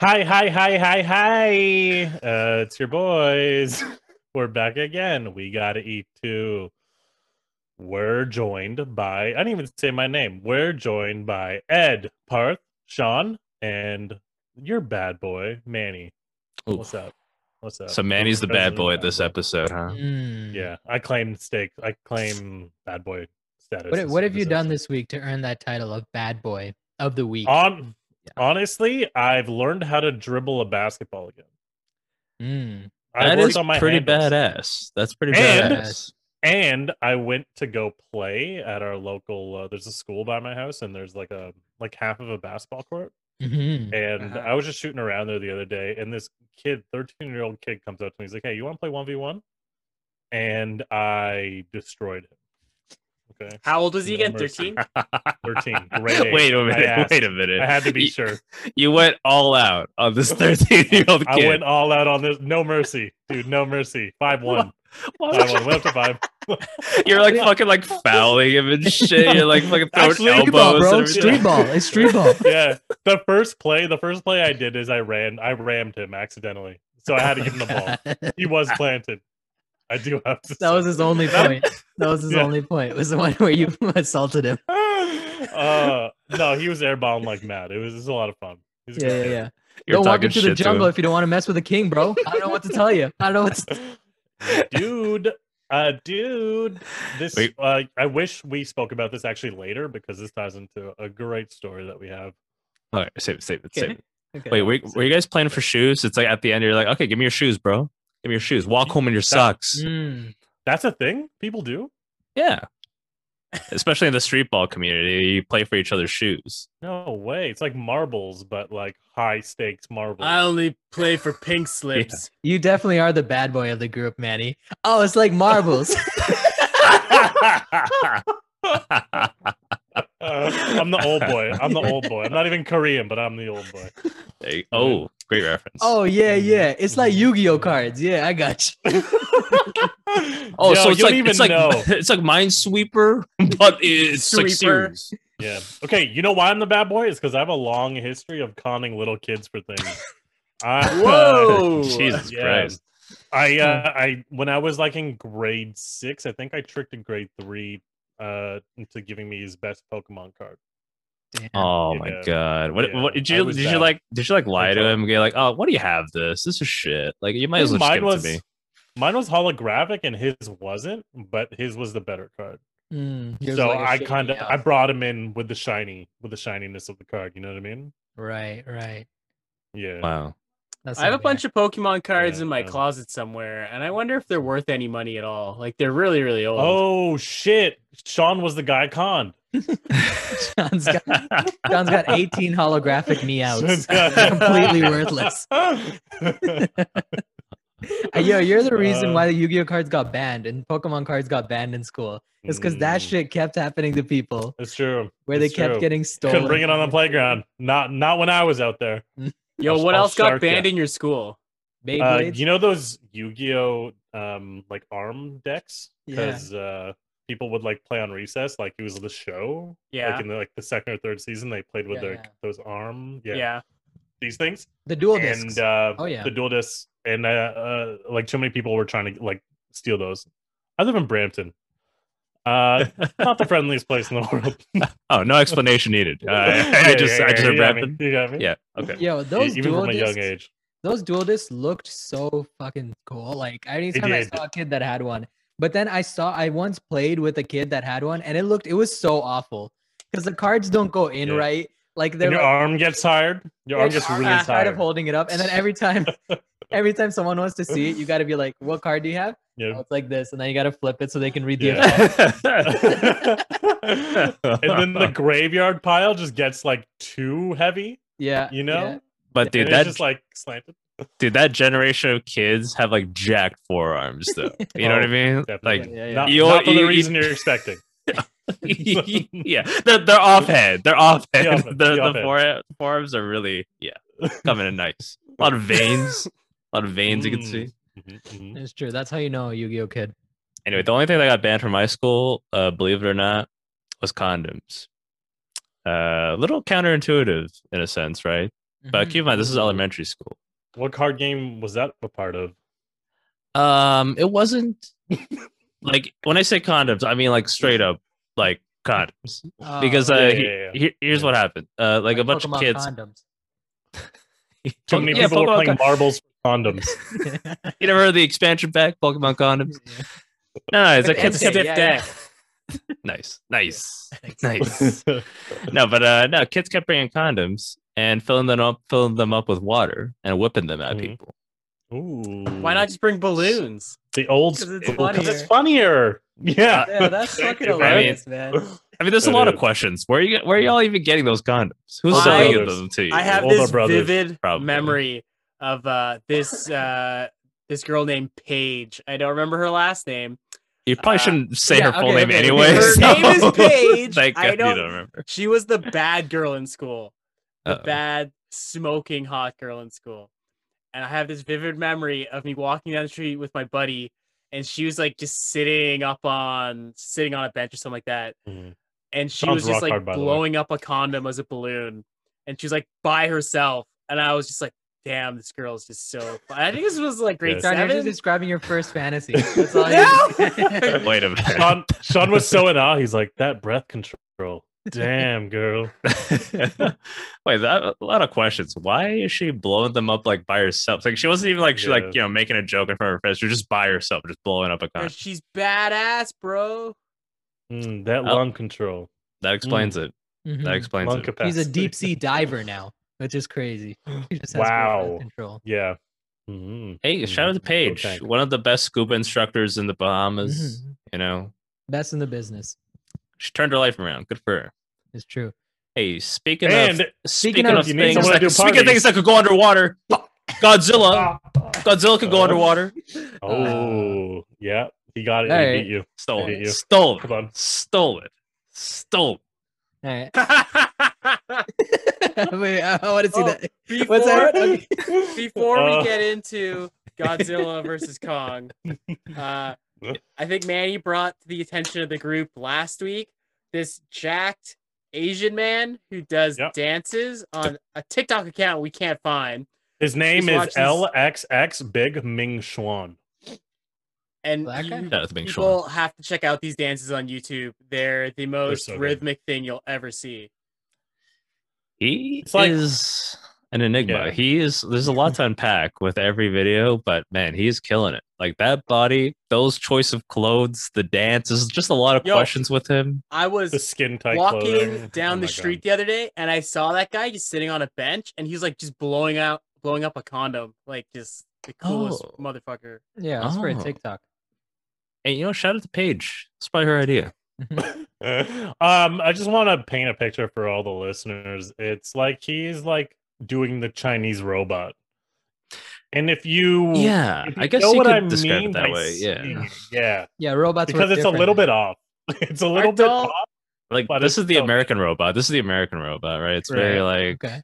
Hi, hi, hi, hi, hi. Uh, it's your boys. We're back again. We gotta eat too. We're joined by, I didn't even say my name. We're joined by Ed, Parth, Sean, and your bad boy, Manny. Oof. What's up? What's up? So Manny's the bad President boy at this episode, huh? Hmm. Yeah, I claim stake. I claim bad boy status. What, this- what have you done episode. this week to earn that title of bad boy of the week? On, Yeah. honestly, I've learned how to dribble a basketball again. Mm. I That worked is on my pretty handles. badass. That's pretty And- badass. and I went to go play at our local. Uh, there's a school by my house, and there's like a like half of a basketball court. Mhm. Mm, And Uh-huh. I was just shooting around there the other day, and this kid, 13 year old kid, comes up to me. He's like, "Hey, you want to play one v one?" And I destroyed him. Okay, How old was he No again? mercy. Thirteen. 13. Great age. wait a I minute. asked. Wait a minute. I had to be You- sure. You went all out on this 13 year old I kid. went all out on this. No mercy, dude. No mercy. Five one. Why Five would one. Went up to five. you- You're like fucking like fouling him and shit. You're like fucking throwing Actually, elbows. street Street ball, and bro. everything. Street ball. It's street ball. yeah. The first play, the first play I did is I ran, I rammed him accidentally. So I had to give him the ball. that He was planted. I do have to. say. was his only point. That was his Yeah. only point. Was the one where you assaulted him. Uh, no, he was airbound like mad. It was, it was a lot of fun. He's a Yeah, good yeah, kid. yeah. You're don't walk talking into the shit to him. jungle if you don't want to mess with the king, bro. I don't know what to tell you. I don't know what. To... dude uh dude this Wait. uh, i wish we spoke about this actually later because this ties into a great story that we have All right, save it, save it, save Okay. it. Okay. Wait, were, were you guys playing for shoes? It's like at the end, you're like, okay, give me your shoes, bro. Give me your shoes. Walk home in your socks. Mm. that's a thing people do Yeah. Especially in the street ball community, you play for each other's shoes. no way it's like marbles but like high stakes marbles I only play for pink slips. You definitely are the bad boy of the group, Manny. Oh, it's like marbles. Uh, i'm the old boy i'm the old boy i'm not even korean but i'm the old boy There you- oh, great reference. oh yeah, yeah. It's like Mhm. Yu-Gi-Oh cards. Yeah, I got you. Oh, Yo, so it's you don't like even it's like know. it's like Minesweeper, but it's like Sweeper. serious. Yeah. Okay. You know why I'm the bad boy? Is because I have a long history of conning little kids for things. I, Whoa! Jesus Yeah. Christ! I, uh, Hmm. I, when I was like in grade six, I think I tricked a grade three uh into giving me his best Pokemon card. Oh Yeah. my God! What Yeah. what did I you was did you bad. like did you like lie to Okay. him? and Be like, oh, what do you have? This this is shit. Like you might as well just mine give it was, to me. mine was holographic and his wasn't, but his was the better card. Mm, yours So like a I shady kind of, out. I brought him in with the shiny, with the shininess of the card. You know what I mean? right, right. Yeah. Wow. That's I have a not bunch of Pokemon cards Yeah, in my um, closet somewhere, and I wonder if they're worth any money at all. Like they're really, really old. Oh shit! Sean was the guy conned. bad. John's got, John's got 18 holographic meows. completely worthless. Uh, Yo, you're the reason Uh. why the Yu-Gi-Oh cards got banned and Pokemon cards got banned in school. It's because that Mm, shit kept happening to people It's true. where they it's kept true. getting stolen. Couldn't bring it on the playground. Not not when I was out there. Yo, I'll- what I'll else shark got ya. banned in your school? Uh, Beyblades. you know those Yu-Gi-Oh um like arm decks? Yeah. Because uh people would like play on recess, like it was the show. Yeah, Like in the like the second or third season, they played with Yeah, their yeah. those arm yeah. yeah, these things. the dual discs. And uh Oh, yeah. the dual discs and uh, uh like so many people were trying to like steal those. I live in Brampton. Uh not the friendliest place in the world. oh, no explanation needed. Uh, Yeah, I just yeah, I just yeah, you got me, read You got me. E-, them. Yeah. Okay. Yo, those even dual from a discs, young age. those dual discs looked so fucking cool. Like anytime I did. saw a kid that had one, but then I saw I once played with a kid that had one, and it looked it was so awful because the cards don't go in Yeah. right. Like And they're your like, arm gets tired. Your arm gets really I'm tired tired. of "Ah, holding it up, and then every time, every time someone wants to see it, you got to be like, "What card do you have?" Yeah. Oh, it's like this, and then you got to flip it so they can read the. Yeah. effect. and then the graveyard pile just gets like too heavy, Yeah, you know? yeah. but dude, and it's that just like slanted. dude, that generation of kids have like jacked forearms, though. You know what I Oh, mean? definitely. Like, yeah, yeah. Not, You- not for the you- reason you're expecting. yeah, they're, they're offhand. They're offhand. Yeah, the yeah, the offhand. fore- forearms are really yeah coming in nice. A lot of veins. A lot of veins you can Mm. see. Mhm, mhm. It's true. That's how you know a Yu-Gi-Oh kid. Anyway, the only thing that got banned from my school, uh, believe it or not, was condoms. Uh, a little counterintuitive in a sense, right? But keep in mind, this Mm-hmm. is elementary school. What card game was that a part of? Um, it wasn't like when I say condoms, I mean like straight up like condoms. Oh, Because uh, yeah, he- yeah, yeah. he- here's what happened. Uh, like a bunch of Pokemon kids. condoms. Too many Yeah, people are Pokemon playing con- marbles for condoms. You never heard of the expansion pack, Pokemon condoms? No, no, it's like It's kids. okay, stiff yeah, deck. Nice, nice, Thanks. nice. no, but uh, no, kids kept bringing condoms and filling them up, filling them up with water and whipping them at Mhm. people. Ooh. Why not just Mm. bring balloons? the old? 'Cause Because it's it's, funnier. funnier. Yeah. Yeah, that's fucking I mean, hilarious, man. I mean, there's a That lot of is. questions. Where are you? Where are y'all even getting those condoms? Who's Older selling brothers. them to you? I have Older this brothers, vivid probably. memory of uh, this uh, this girl named Paige. I don't remember her last name. You probably Uh, shouldn't say yeah, her full okay, name okay. anyway. Her so- name is Paige. Thank I God don't- you don't remember. Oh, She was the bad girl in school, the Uh-oh. bad smoking hot girl in school. And I have this vivid memory of me walking down the street with my buddy, and she was like just sitting up on sitting on a bench or something like that. Mhm. and she Sounds was just rock like hard, by the way. blowing up a condom as a balloon, and she was like by herself, and I was just like, "Damn, this girl's just so." I think this was like grade Yes. John, you're just seven. describing your first fantasy. That's all No! you Wait a minute. Sean, Sean was so in awe. He's like, that breath control. Damn, girl. Wait, that, a lot of questions. Why is she blowing them up like by herself? Like she wasn't even like she Yeah. like you know making a joke in front of her friends. She was just by herself, just blowing up a Or condom. She's badass, bro. Mm, that Oh. lung control. That explains it. Mhm. Mm-hmm. That explains Lung it. capacity. He's a deep sea diver now, which is crazy. He just has great Wow. breath Control. Yeah. Mhm. Hey, shout out to Mhm. Paige, Okay. one of the best scuba instructors in the Mm-hmm. Bahamas. Mhm. You know, Best in the business. she turned her life around. Good for her. It's true. Hey, speaking And of speaking of- of you need things, someone to that, do speaking of parties. Ah. things that could go underwater, Godzilla, Godzilla can go Oh. underwater. oh, yeah. He got it. all He right. beat you. Stole hate it. you. Stole Come it. on. Stole it. Stole. All right. before Wait, I, I want to see Oh, that. What's that? Okay. before Uh. we get into Godzilla versus Kong, uh, I think Manny brought to the attention of the group last week this jacked Asian man who does Yep. dances on a TikTok account we can't find. His name is Just watch this. LXX Big Ming Xuan. And That guy? you Shout out to Big Sean. people have to check out these dances on YouTube. They're the most so good. rhythmic thing you'll ever see. He It's like- is an enigma. Yeah. He is. There's a lot to unpack with every video, but man, he's killing it. Like that body, those choice of clothes, the dance. There's just a lot of Yo. questions with him. I The was skin tight walking clothing. down Oh the my God. street the other day and I saw that guy just sitting on a bench and he's like just blowing out blowing up a condom. Like just the coolest Oh. motherfucker. Yeah, it's for a Oh. TikTok. And you know, shout out to Paige. It's probably her idea. um, I just want to paint a picture for all the listeners. It's like he's like doing the Chinese robot. And if you Yeah, if I guess know you what could I describe mean it that by way. seeing Yeah, it, Yeah. Yeah, robots. work Because it's a different little now. bit off. It's a little bit Aren't off. like But this it's is the still- American robot. This is the American robot, right? It's very like Okay.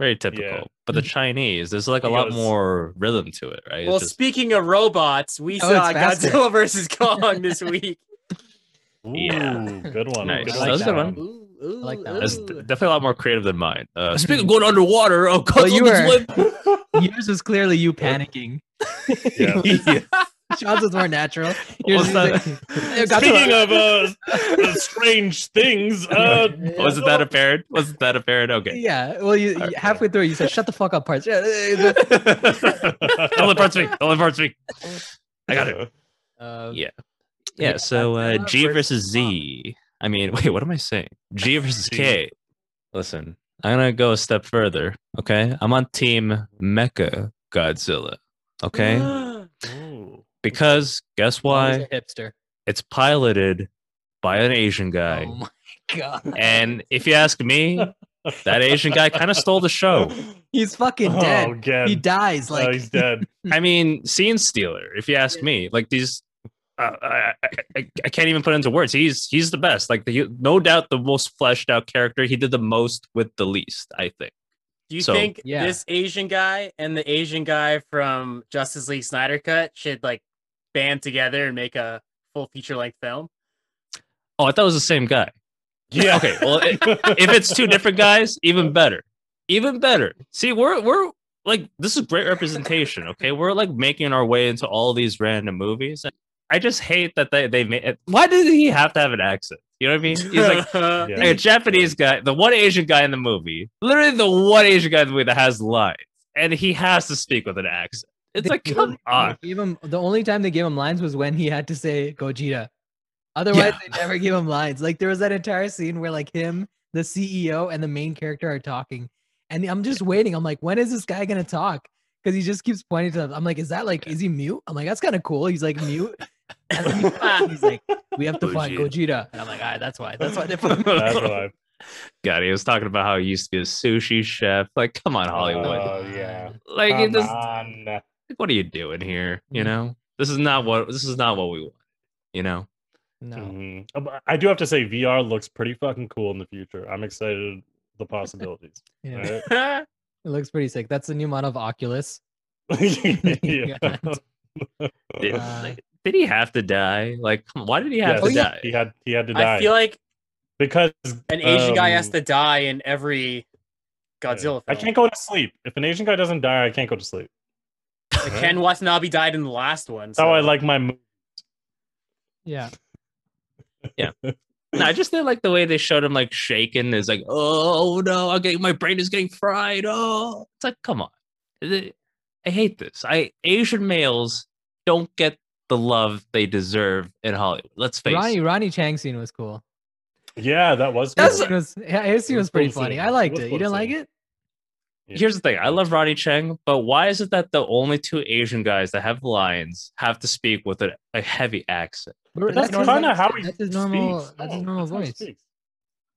very typical. But the Mm-hmm. Chinese, there's like a lot Because- more rhythm to it, right? It's well, just- speaking of robots, we Oh, saw it's faster. Godzilla versus Kong this week. Ooh, Yeah. good one. Nice. Good I one. like That's a good that one. Ooh, ooh, like that one. That's ooh. definitely a lot more creative than mine. Uh, speaking of going underwater, oh, Well, you Godzilla's Yours was clearly you panicking. Yeah. whip- Sean's was more natural. What Yours was is that? like- Yeah, Speaking Godzilla. of uh, strange things, uh, Wasn't Oh, that apparent? Wasn't that apparent? Okay. Yeah. Well, you, you- Okay. halfway through you said, "Shut the fuck up, parts." Yeah, uh, uh, Don't let parts me. Don't let parts me. I got it. uh, Yeah. Yeah. So uh, Godzilla G versus versus Z. I mean, wait, what am I saying? G versus G. K. Listen, I'm gonna go a step further. Okay, I'm on Team Mecha Godzilla. Okay, Ooh. because guess Always why? Oh, a hipster. It's piloted by an Asian guy, Oh my god. and if you ask me, that Asian guy kind of stole the show. He's fucking Oh, dead. again. He dies Oh, like he's dead. I mean, scene stealer. If you ask me, like these, uh, I, I, I- I can't even put into words. He's he's the best. Like the, no doubt the most fleshed out character. He did the most with the least. I think. Do you So- think Yeah. this Asian guy and the Asian guy from Justice League Snyder Cut should like band together and make a full feature length film? Oh, I thought it was the same guy. Yeah. Okay. Well, i- if it's two different guys, even better. even better. See, we're we're like this is great representation. Okay, we're like making our way into all these random movies. I just hate that they they made. Why did he have to have an accent? You know what I mean? He's like Yeah. a Japanese guy, the one Asian guy in the movie, literally the one Asian guy in the movie that has lines, and he has to speak with an accent. It's They like gave come him- on. they Gave him, the only time they gave him lines was when he had to say Gogeta. Otherwise, they never gave him lines. Like there was that entire scene where like him, the CEO, and the main character are talking, and I'm just waiting. I'm like, when is this guy gonna talk? Because he just keeps pointing to them. I'm like, is that like, is he mute? I'm like, that's kind of cool. He's like mute. And then he talks, he's like, we have to find Gogeta, and I'm like, all right, that's why. That's why they put him. That's why. God, he was talking about how he used to be a sushi chef. Like, come on, Hollywood. Uh, Oh, yeah. like, it Come just, on. like, what are you doing here? You Mm. know, this is not what this is not what we want. You know, Hmm. No, Mhm. Uh, but I do have to say, VR looks pretty fucking cool in the future. I'm excited the possibilities. yeah. Right? it looks pretty sick. That's the new model of Oculus. yeah. did, Uh, Oh, like, did he have to die? Like, come- why did he have Yes, to yeah. die? He had he had to die I feel like because an Asian guy has um, to die in every yeah. Godzilla film. I can't go to sleep. If an Asian guy doesn't die, I can't go to sleep. Like, Ken Watanabe died in the last one. That's how Oh, I so- like my movie. Yeah, No, I just did like the way they showed him like shaking. Is like, oh no, I'm getting my brain is getting fried. Oh, it's like, come on. I I hate this. I Asian males don't get the love they deserve in Hollywood. Let's face Ronnie it. Ronnie Chang scene was cool. Yeah, that was That cool. scene was yeah, his scene It was was pretty cool to funny. see. I liked It was it. You cool to didn't like see. it? Yeah. Here's the thing. I love Ronnie Cheng, but why is it that the only two Asian guys that have lines have to speak with a, a heavy accent? But that's his, kind like, of how he that's his normal speaks. Oh, that's his No, normal that's how he voice. speaks.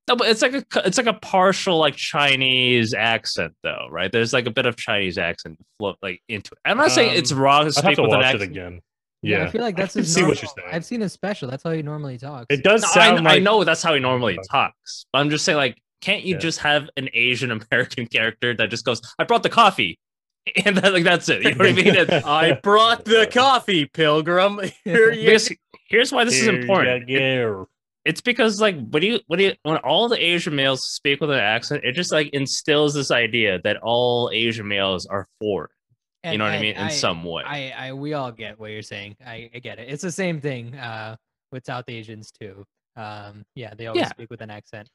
No, but it's like a it's like a partial like Chinese accent though, right? There's like a bit of Chinese accent float like into it. I'm not saying it's Um, wrong to I'd have speak to with an watch it accent. again. Yeah, Yeah, I feel like that's can his. see what normal- you're saying. I've seen his special. That's how he normally talks. it does No, I, sound I like know that's how he normally talks. But I'm just saying, like, can't you Yeah. just have an Asian American character that just goes, "I brought the coffee," and that, like that's it? You know what I mean? It's- I brought the coffee, Pilgrim. Here you here's, here's why this is important. It- Yeah, it's because like when you when you when all the Asian males speak with an accent, it just like instills this idea that all Asian males are foreign. you know what I, mean? In I, some way. I, I, we all get what you're saying. I, I get it. It's the same thing uh, with South Asians too. Um, yeah, they always Yeah. speak with an accent.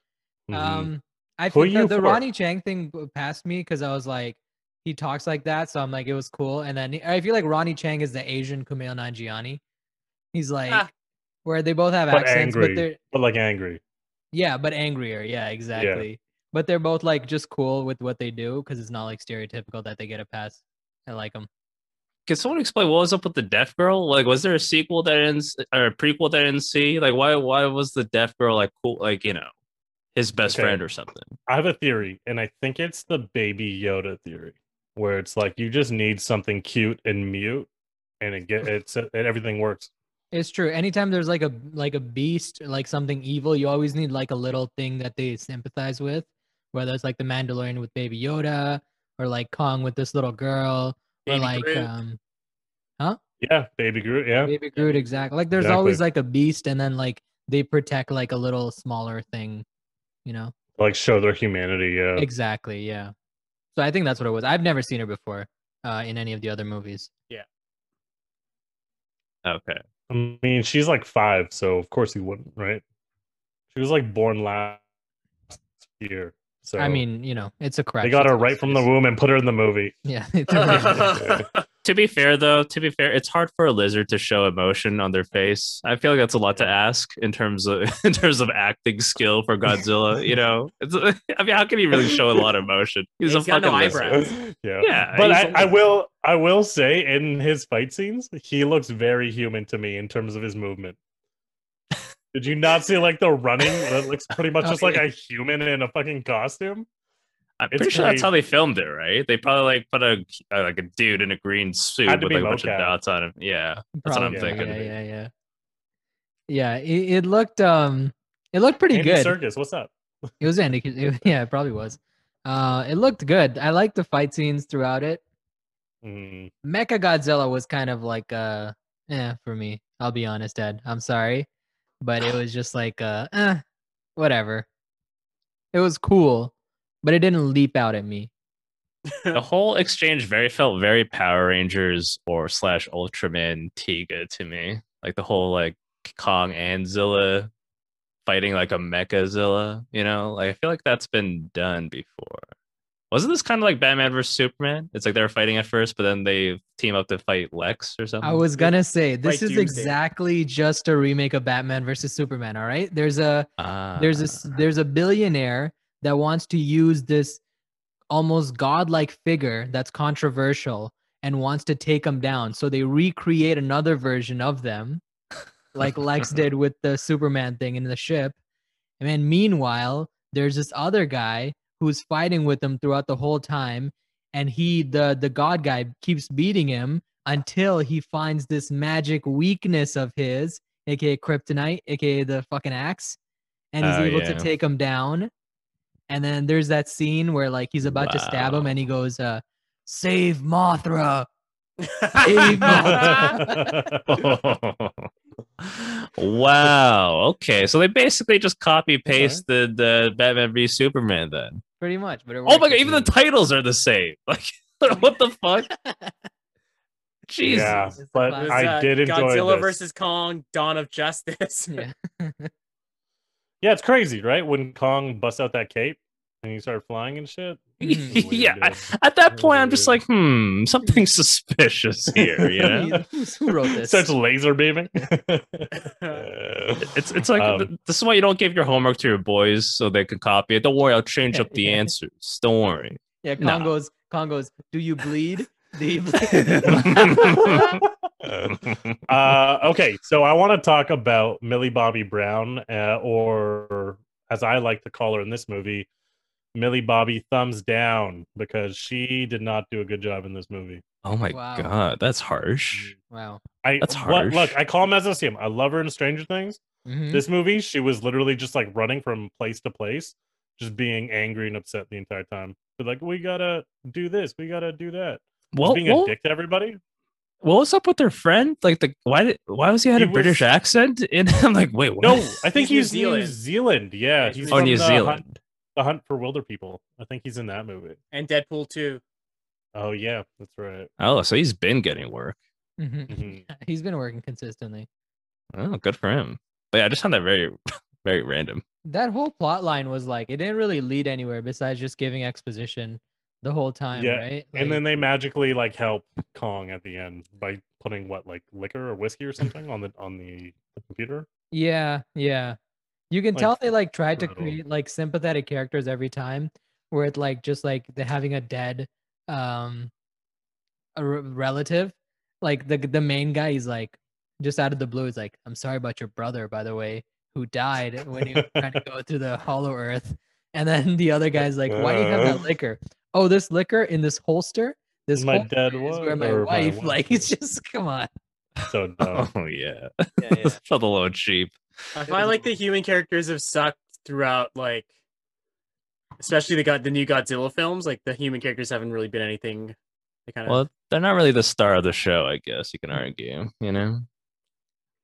Mhm. Um, I Who think that you the for? Ronnie Chang thing w- passed me because I was like, he talks like that, so I'm like, it was cool. And then I feel like Ronnie Chang is the Asian Kumail Nanjiani. He's like, Ah. where they both have But accents, angry. but they're but like angry. yeah, but angrier. Yeah, exactly. But they're both like just cool with what they do because it's not like stereotypical that they get a pass. I like them. Can someone explain what was up with the deaf girl? Like, was there a sequel that I didn't s- or a prequel that I didn't see? Like, why why was the deaf girl like cool? Like, you know, his best Okay. friend or something. I have a theory, and I think it's the baby Yoda theory, where it's like you just need something cute and mute, and it get it's uh, and everything works. It's true. Anytime there's like a like a beast, or, like something evil, you always need like a little thing that they sympathize with. Whether it's like the Mandalorian with Baby Yoda, or like Kong with this little girl, or Baby like Groot. um, Yeah, baby Groot. Yeah, Baby Groot. Exactly. Like there's Exactly. always like a beast, and then like they protect like a little smaller thing. You know. like show their humanity. Yeah, Exactly. Yeah. So I think that's what it was. I've never seen her before uh, in any of the other movies. Okay. I mean she's like five, so of course he wouldn't, right? She was like born last year, so I mean, you know, it's a correct. they got her right from the womb and put her in the movie. Yeah. they threw her in. To be fair, though, to be fair, it's hard for a lizard to show emotion on their face. I feel like that's a lot to ask in terms of in terms of acting skill for Godzilla. You know, it's, I mean, how can he really show a lot of emotion? He's, He's a got no fucking lizard. eyebrows. yeah. Yeah, but he's I, a I lizard. will I will say in his fight scenes, he looks very human to me in terms of his movement. Did you not see like the running that looks pretty much Oh, just like yeah. a human in a fucking costume? I'm It's pretty sure that's crazy. how they filmed it, right? They probably like put a uh, like a dude in a green suit Had with to like be a bunch mocap. of dots on him. Yeah, that's what I'm Probably, thinking. Yeah, yeah, yeah. Yeah, it, it looked um, it looked pretty Andy good. Circus, what's up? It was Andy. it- yeah, it probably was. Uh, it looked good. I liked the fight scenes throughout it. Mm, Mecha Godzilla was kind of like uh, eh, for me. I'll be honest, Ed. I'm sorry, but it was just like uh, eh, whatever. It was cool, but it didn't leap out at me. the whole exchange very felt very Power Rangers or slash Ultraman Tiga to me. Like the whole like Kong and Zilla fighting like a Mecha Zilla, you know? Like I feel like that's been done before. Wasn't this kind of like Batman versus Superman? It's like they were fighting at first, but then they team up to fight Lex or something. I was gonna say this Like is Doomsday. exactly just a remake of Batman versus Superman. All right, there's a Ah. there's a s- there's a billionaire that wants to use this almost godlike figure that's controversial and wants to take him down. So they recreate another version of them, like Lex did with the Superman thing in the ship. And then meanwhile, there's this other guy who's fighting with him throughout the whole time, and he the the god guy keeps beating him until he finds this magic weakness of his, aka kryptonite, aka the fucking axe, and he's Oh, able to yeah. take him down. And then there's that scene where like he's about to stab him Wow. and he goes, uh, save Mothra. wow. Okay. So they basically just copy pasted the Batman v Superman then. Pretty much. But it Oh my worked god, if even you- the titles are the same. Like what the fuck? Jesus. Yeah, It's the but classic. I did enjoy uh, Godzilla this. versus Kong, Dawn of Justice. Yeah. Yeah, it's crazy, right? When Kong busts out that cape and he started flying and shit. Yeah. Weird. At that point, I'm just Weird. like, hmm, something suspicious here, you know? Who's- Who wrote this? Starts laser beaming. It's it's like Um, th- this is why you don't give your homework to your boys so they can copy it. Don't worry, I'll change up the answers. Don't worry. yeah, Kong nah. goes, Kong goes, do you bleed? Do you bleed? That's uh, okay, so I want to talk about Millie Bobby Brown, uh, or as I like to call her in this movie, Millie Bobby Thumbs Down, because she did not do a good job in this movie. oh my Wow. god, that's Mm. harsh. wow. I That's what- harsh. look, I call Mesosim. I love her in Stranger Things. Mm-hmm. Mhm. This movie, she was literally just like running from place to place, just being angry and upset the entire time. But like, we gotta do this, we gotta do that. Well, being well, a dick to everybody. what was up with their friend? Like the why did why was he had He a British was- accent? And I'm like, wait, what? No, I think New he's, New, Zealand. Zealand. Yeah, He's he's from oh, from New the Zealand. Hunt, the Hunt for Wilder People. I think he's in that movie. and Deadpool 2. Oh yeah, that's right. Oh, so he's been getting work. Mhm. Mhm. He's been working consistently. Oh, good for him. But yeah, I just found that very, very random. That whole plot line was like it didn't really lead anywhere besides just giving exposition the whole time, Yeah, right? And Like- then they magically like help Kong at the end by putting what like liquor or whiskey or something on the on the computer. Yeah, yeah. You can Like, tell they like tried to brutal. create like sympathetic characters every time, where it's like just like the having a dead um a re- relative. Like the the main guy, he's like just out of the blue, he's like, "I'm sorry about your brother, by the way, who died when he was trying to go through the Hollow Earth." And then the other guy's like, "Why do you have that Uh. liquor? Oh, this liquor in this holster. This My holster dead is wife where my or my wife. wife like, it's is." just come on. So dumb. Oh yeah, Yeah, yeah. felt a little cheap. I find like the human characters have sucked throughout, like especially the God, the new Godzilla films. Like the human characters haven't really been anything. They kind of Well, they're not really the star of the show, I guess you can argue. You know,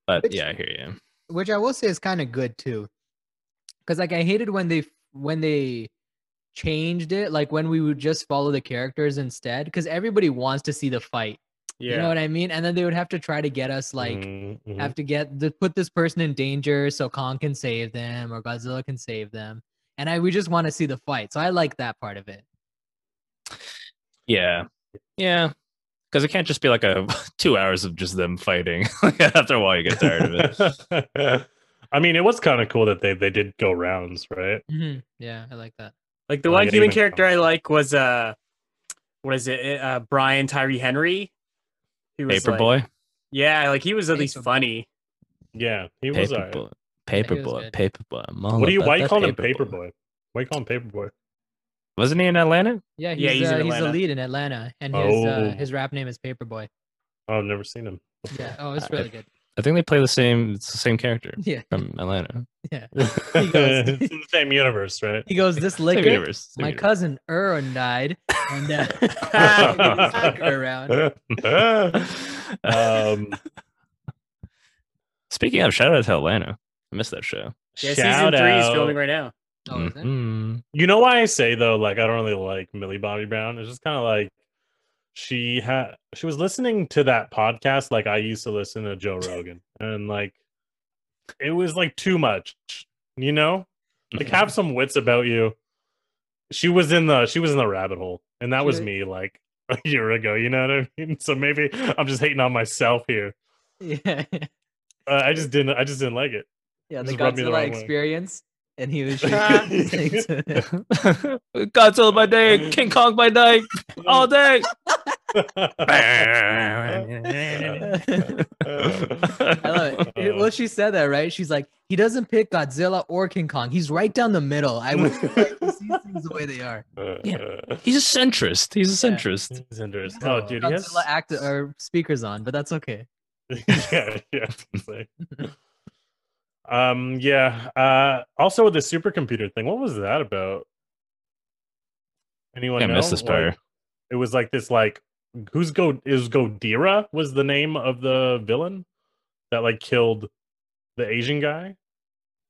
but Which- yeah, I hear you. which I will say is kind of good too. Cause like I hated when they when they changed it, like when we would just follow the characters instead, because everybody wants to see the fight. yeah. Mm-hmm. You know what I mean? And then they would have to try to get us like Mhm, mhm. have to get the, put this person in danger so Kong can save them or Godzilla can save them. And I we just want to see the fight. So I like that part of it. Yeah, yeah, because it can't just be like a two hours of just them fighting. After a while, you get tired of it. Mm-hmm. I mean, it was kind of cool that they they did go rounds, right? Yeah, I like that. Like the I one get human even- character I like was uh, what is it? Uh, Brian Tyree Henry. He was like- Paperboy, yeah, like he was at least Paperboy. funny. Yeah, he was. alright. paperboy, he was paperboy, good. paperboy. I'm all What do you? about Why you that call him Paperboy? Why you call him Paperboy? Wasn't he in Atlanta? Yeah, he's, Yeah, he's in uh, he's the Atlanta. lead in Atlanta, and his uh, Oh. his rap name is Paperboy. Oh, I've never seen him. Yeah, oh, it's really good. I think they play the same. It's the same character Yeah, from Atlanta. it's in the same universe, right? he goes, "This Same liquor universe, same my universe. cousin Erwin died, and uh, I moved his liquor around. Uh, um, Speaking of, shout out to Atlanta. I missed that show. Yeah, shout season three is out- filming right now. Oh, is it? Mhm. You know why I say though, like I don't really like Millie Bobby Brown. It's just kind of like she had she was listening to that podcast like I used to listen to Joe Rogan, and like it was like too much. You know, like have some wits about you. She was in the she was in the rabbit hole, and that was She- me like a year ago. You know what I mean? So maybe I'm just hating on myself here. Yeah, Uh, I just didn't I just didn't like it. yeah. The Just rubbed me the Godzilla wrong way. experience, and he was Ah. just listening to it. Godzilla by day, King Kong by night, all Oh, day. I Uh. love it. It- Well, she said that, right? She's like, he doesn't pick Godzilla or King Kong. He's right down the middle. I would like to see things the way they are. He's a centrist. He's a Yeah. centrist. It's interesting. Oh, dude, he has Godzilla act or speakers on, but that's okay. yeah, yeah. it's like- um, yeah. Uh, also with the supercomputer thing, what was that about? Anyone? I know? missed this Like, part. it was like this, like who's go is Godira was the name of the villain that like killed the Asian guy.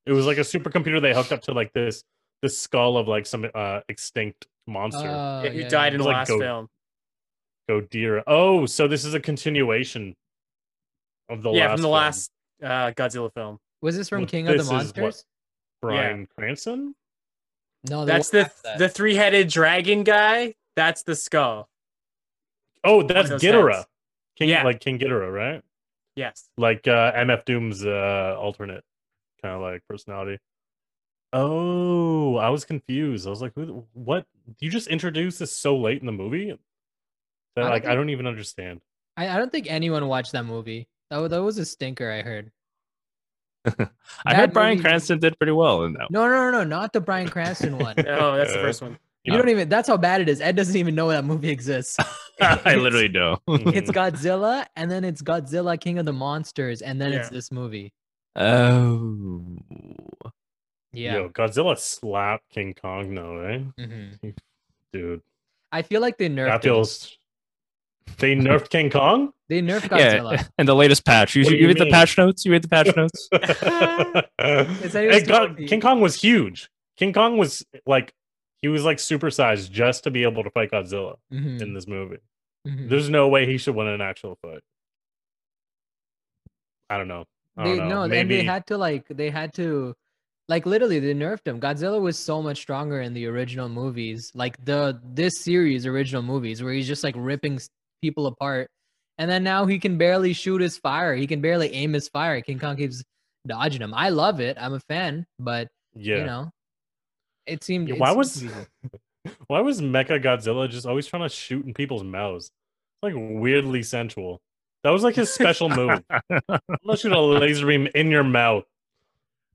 It was like a supercomputer they hooked up to like this the skull of like some uh extinct monster. Oh, yeah, who died in It the was like last goat. film? Godira. Oh, so this is a continuation of the yeah, last from the film. last uh, Godzilla film. Was this from Well, King of the this is what- Monsters? Brian Cranston. No, that's one the after that. the three headed dragon guy. That's the skull. Oh, that's those Ghidorah. heads. King, Yeah. like King Ghidorah, right? Yes. Like uh, MF Doom's uh, alternate kind of like personality. Oh, I was confused. I was like, who? the- What? You just introduced this so late in the movie that I don't like I think- don't even understand. I, I don't think anyone watched that movie. That, wa- that was a stinker. I heard. I That heard Brian movie- Cranston did pretty well in that. No, no, no, no, not the Brian Cranston one. Oh, that's the first one. You don't even. That's how bad it is. Ed doesn't even know that movie exists. one. I literally don't. Hmm. It's Godzilla, and then it's Godzilla King of the Monsters, and then it's Yeah. this movie. Oh, Yeah. Yo, Godzilla slapped King Kong, though, right? Mhm. Dude, I feel like they nerfed. that him. feels. They nerfed King Kong. They nerfed Godzilla. yeah. And the latest patch. You, What do you, you read the mean? patch notes. You read the patch notes. It's that he was It got- trophy. King Kong was huge. King Kong was like he was like supersized just to be able to fight Godzilla Mhm, in this movie. mhm. There's no way he should win an actual fight. I don't know. I They, don't know. no, and Maybe they had to like they had to like literally they nerfed him. Godzilla was so much stronger in the original movies, like the this series original movies where he's just like ripping s- people apart. And then now he can barely shoot his fire. He can barely aim his fire. King Kong keeps dodging him. I love it. I'm a fan, but yeah. you know, it seemed. Yeah, it why seemed was feasible. why was Mecha Godzilla just always trying to shoot in people's mouths? Like weirdly sensual. That was like his special move. I'm gonna shoot a laser beam in your mouth.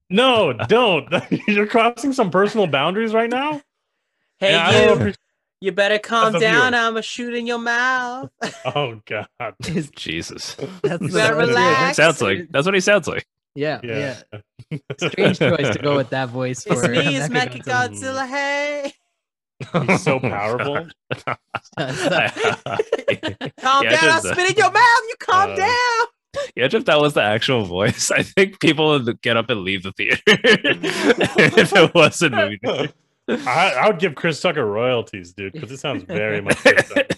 No, don't. You're crossing some personal boundaries right now. Oh, Hey And I don't you, appreciate- you better As calm a viewer. down. I'm a shoot in your mouth. Oh god. His- Jesus. that's better the- that's the- relax. Sounds like that's what he sounds like. Yeah, yeah. Yeah. Strange choice to go with that voice. it's for me, it's Mecha Mecha Godzilla. Godzilla. Hey, He's so powerful. Godzilla. yeah, calm Yeah, down. I'll just, uh, spit in your mouth. You calm uh, down. if that was the actual voice, I think people would get up and leave the theater if it wasn't movie. I, I would give Chris Tucker royalties, dude, because it sounds very much. Chris Tucker.